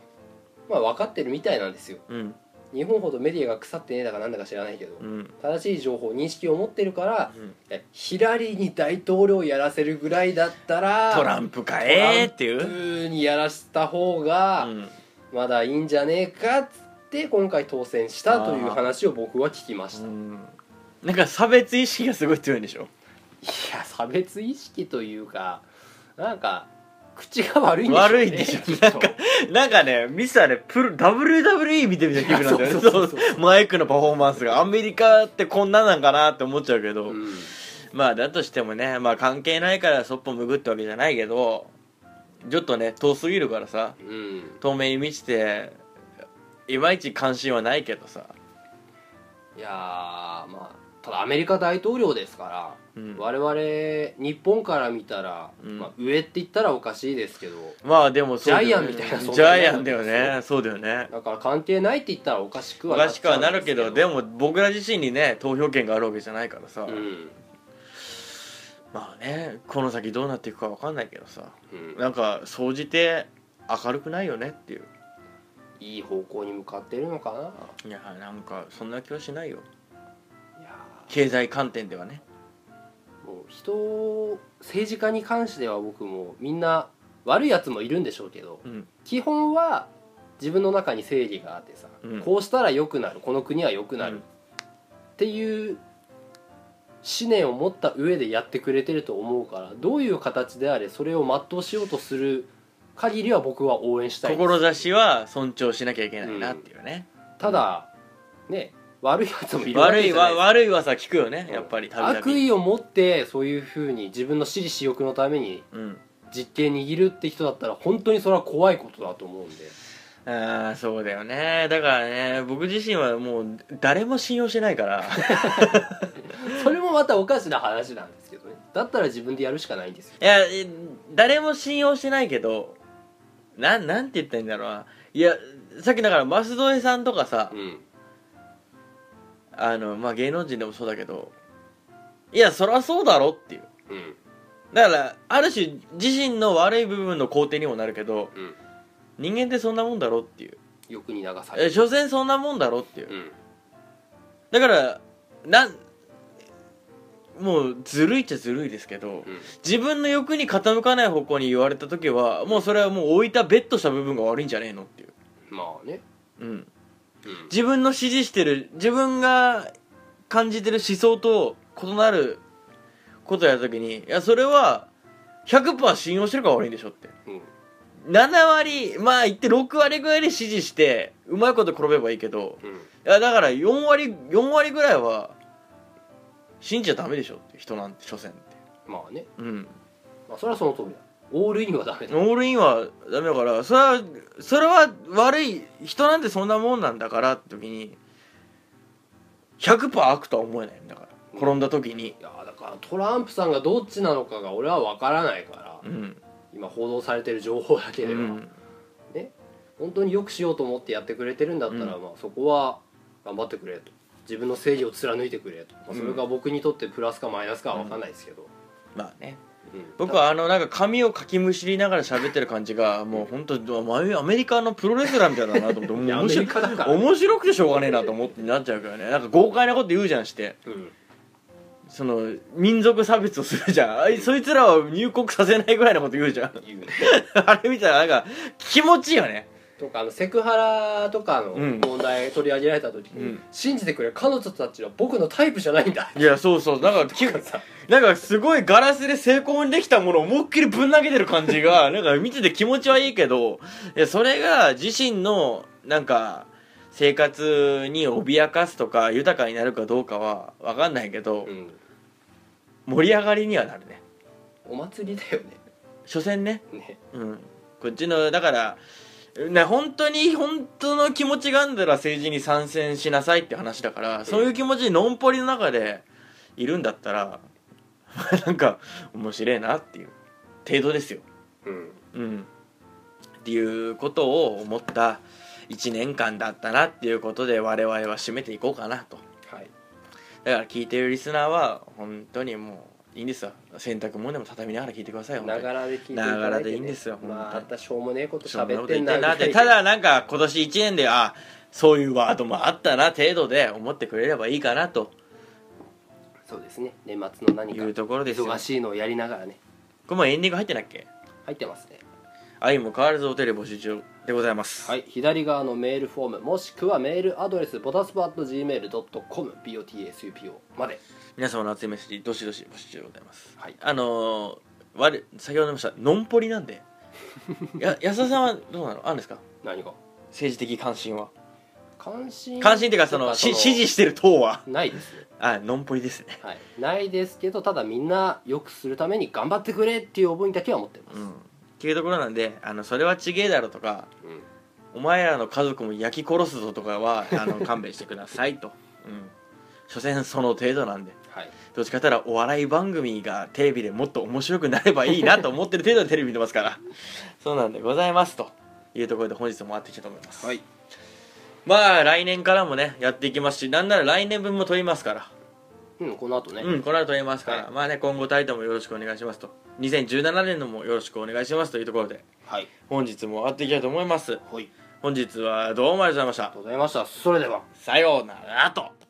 まあ、分かってるみたいなんですよ
うん
日本ほどメディアが腐ってねえだかなんだか知らないけど、
うん
正しい情報認識を持ってるから
うん
えヒラリーに大統領をやらせるぐらいだったら
トランプかえーってい
トラ
う
ンプにやらした方が
うん
まだいいんじゃねえかっつって今回当選したという
あー
話を僕は聞きました、
う
い
んなんか差別意識がすごい強いんでしょ
や差別意識というかなんか口が悪いんでしょうね
悪いんでしょ
きっと
なんかなんかねミスターねプロ WWE 見てみたいな気分なんだよね
そう
そ
そうう
そ
そうう
マイクのパフォーマンスがアメリカってこんななんかなって思っちゃうけど、
うん
まあだとしてもねまあ関係ないからそっぽむぐってわけじゃないけどちょっとね遠すぎるからさ
うん
透明に満ちていまいち関心はないけどさ、
いやーまあただアメリカ大統領ですから、
うん
我々日本から見たら、
うん
まあ、上って言ったらおかしいですけど
まあでもそうだよね
ジャイアンみたいな存在
ジャイアンだよねそうだよね
だから関係ないって言ったらおかしく
お
はな
か
っ
し
ち
く
ゃ
は
うん
な
で
る
す
けどでも僕ら自身にね投票権があるわけじゃないからさ、
うん、
まあねこの先どうなっていくかわかんないけどさ
うん
なんか総じて明るくないよねっていう
いい方向に向かってるのかない
やなんかそんな気はしないよ
いや
経済観点ではね
ーもう人政治家に関しては僕もみんな悪いやつもいるんでしょうけど
うん
基本は自分の中に正義があってさ、
うん
こうしたら良くなるこの国は良くなる、っていう思念を持った上でやってくれてると思うからどういう形であれそれを全うしようとする限りは僕は応援したいです
志は尊重しなきゃいけないなっていうね、
ただね悪いやつもいるわ
悪
けじ
い
ゃな
はい悪いはさ聞くよ
で
ね
すか
やっぱりたびたび
悪意を持ってそういうふうに自分の私利私欲のために
うん
実権握るって人だったら本当にそれは怖いことだと思うんで
ああそうだよねだからね僕自身はもう誰も信用してないから
それもまたおかしな話なんですけどねだったら自分でやるしかないんですよ
いやえ誰も信用してないけどなんなんて言ったらいいんだろうないやさっきだから舛添さんとかさ、
うん
あのまあ芸能人でもそうだけどいやそりゃそうだろっていう
うん
だからある種自身の悪い部分の肯定にもなるけど
うん
人間ってそんなもんだろっていう、
欲に流され
え
る
所詮そんなもんだろっていう
うん
だからなんもうずるいっちゃずるいですけど
うん
自分の欲に傾かない方向に言われた時はもうそれはもう置いたベッドした部分が悪いんじゃねえのっていう、
まあね
うん、
うん
自分の支持してる自分が感じてる思想と異なることをやるときにいやそれは100%信用してるから悪いんでしょって
うん
7割まあ言って6割ぐらいで支持してうまいこと転べばいいけど
うん
いやだから4割4割ぐらいは信じちゃダメでしょって人なんて所詮って
まあね
うん
まあそれはその通りだオールインはダメだ
オールインはダメだからそれはそれは悪い人なんてそんなもんなんだからって時に100%悪とは思えないんだから転んだ時に
いやーだからトランプさんがどっちなのかが俺は分からないから、
うん、
今報道されてる情報だけ
う
では、
ん、
本当によくしようと思ってやってくれてるんだったら、
うん
まあ、そこは頑張ってくれと自分の正義を貫いてくれと、まあ、それが僕にとってプラスかマイナスかは分かんないですけど、
まあね
うん
僕はあのなんか髪をかきむしりながら喋ってる感じがもう本当お前アメリカのプロレスラーみたいだなと思ってもう
いや
面白
アメリカだから
面白くてしょうがねえなと思ってなっちゃうからねなんか豪快なこと言うじゃんして
うん
その民族差別をするじゃんあいそいつらは入国させないぐらいのこと言うじゃん
言う
あれ見たらなんか気持ちいいよね
とかあのセクハラとかの
うん
問題取り上げられた時に、
うん
信じてくれ彼女たちは僕のタイプじゃないんだ
いやそうそうなんかき
とかさ
なんかすごいガラスで成功できたものを思いっきりぶん投げてる感じが なんか見てて気持ちはいいけどいやそれが自身のなんか生活に脅かすとか豊かになるかどうかは分かんないけど
うん
盛り上がりにはなるね
お祭りだよね
所詮ね
ね
うんこっちのだからね本当に本当の気持ちがあるなら政治に参戦しなさいって話だからそういう気持ちでのんぽりの中でいるんだったら なんか面白いなっていう程度ですよ、
うん
うん、っていうことを思った1年間だったなっていうことで我々は締めていこうかなと
はい
だから聞いてるリスナーは本当にもういいんですよ洗濯物でも畳みながら聞いてくださいよ本当
な
に
がらで聞いてい
ながらでいいん
ね
ですよ本当に
まああんたしょうもねえこと
そんな
喋
こ
っ
と
て
言
ん
って
なん
なってた
だ
だなんか今年1年であそういうワードもあったな程度で思ってくれればいいかなと
そうですね年末の何
い
か
うところですよ
忙しいのをやりながらね
これもうエンディング入ってなっけ
入ってますね
愛も変わらずお手入れ募集中でございます
はい左側のメールフォームもしくはメールアドレスボタスポ .gmail.com BOTSUPO まで
皆様の熱いメッセージどしどし募集中でございます
はい
あのー、われ先ほど言いましたのんぽりなんで や安田さんはどうなのあるんですか
何が
政治的関心は
関心
関心っていうかそのし支持してる党は
ないですね
あのんぽりですね
はいないですけどただみんな良くするために頑張ってくれっていう思いだけは持ってます
うんっていうところなんであのそれはちげえだろとか
うん
お前らの家族も焼き殺すぞとかはあ の勘弁してくださいと、うん、所詮その程度なんで
はい
どっちかというとお笑い番組がテレビでもっと面白くなればいいなと思ってる程度でテレビ見てますから そうなんでございますというところで本日も回っていきたいと思います、
はい
まあ来年からもねやっていきますしなんなら来年分も撮りますから
うんこの後ね
うんこの後撮りますから、
は
まあね今後タイトもよろしくお願いしますと2017年のもよろしくお願いしますというところで
はい
本日も終わっていきたいと思います
はい
本日はどうもありがとうございました
ありがとうございましたそれでは
さようならと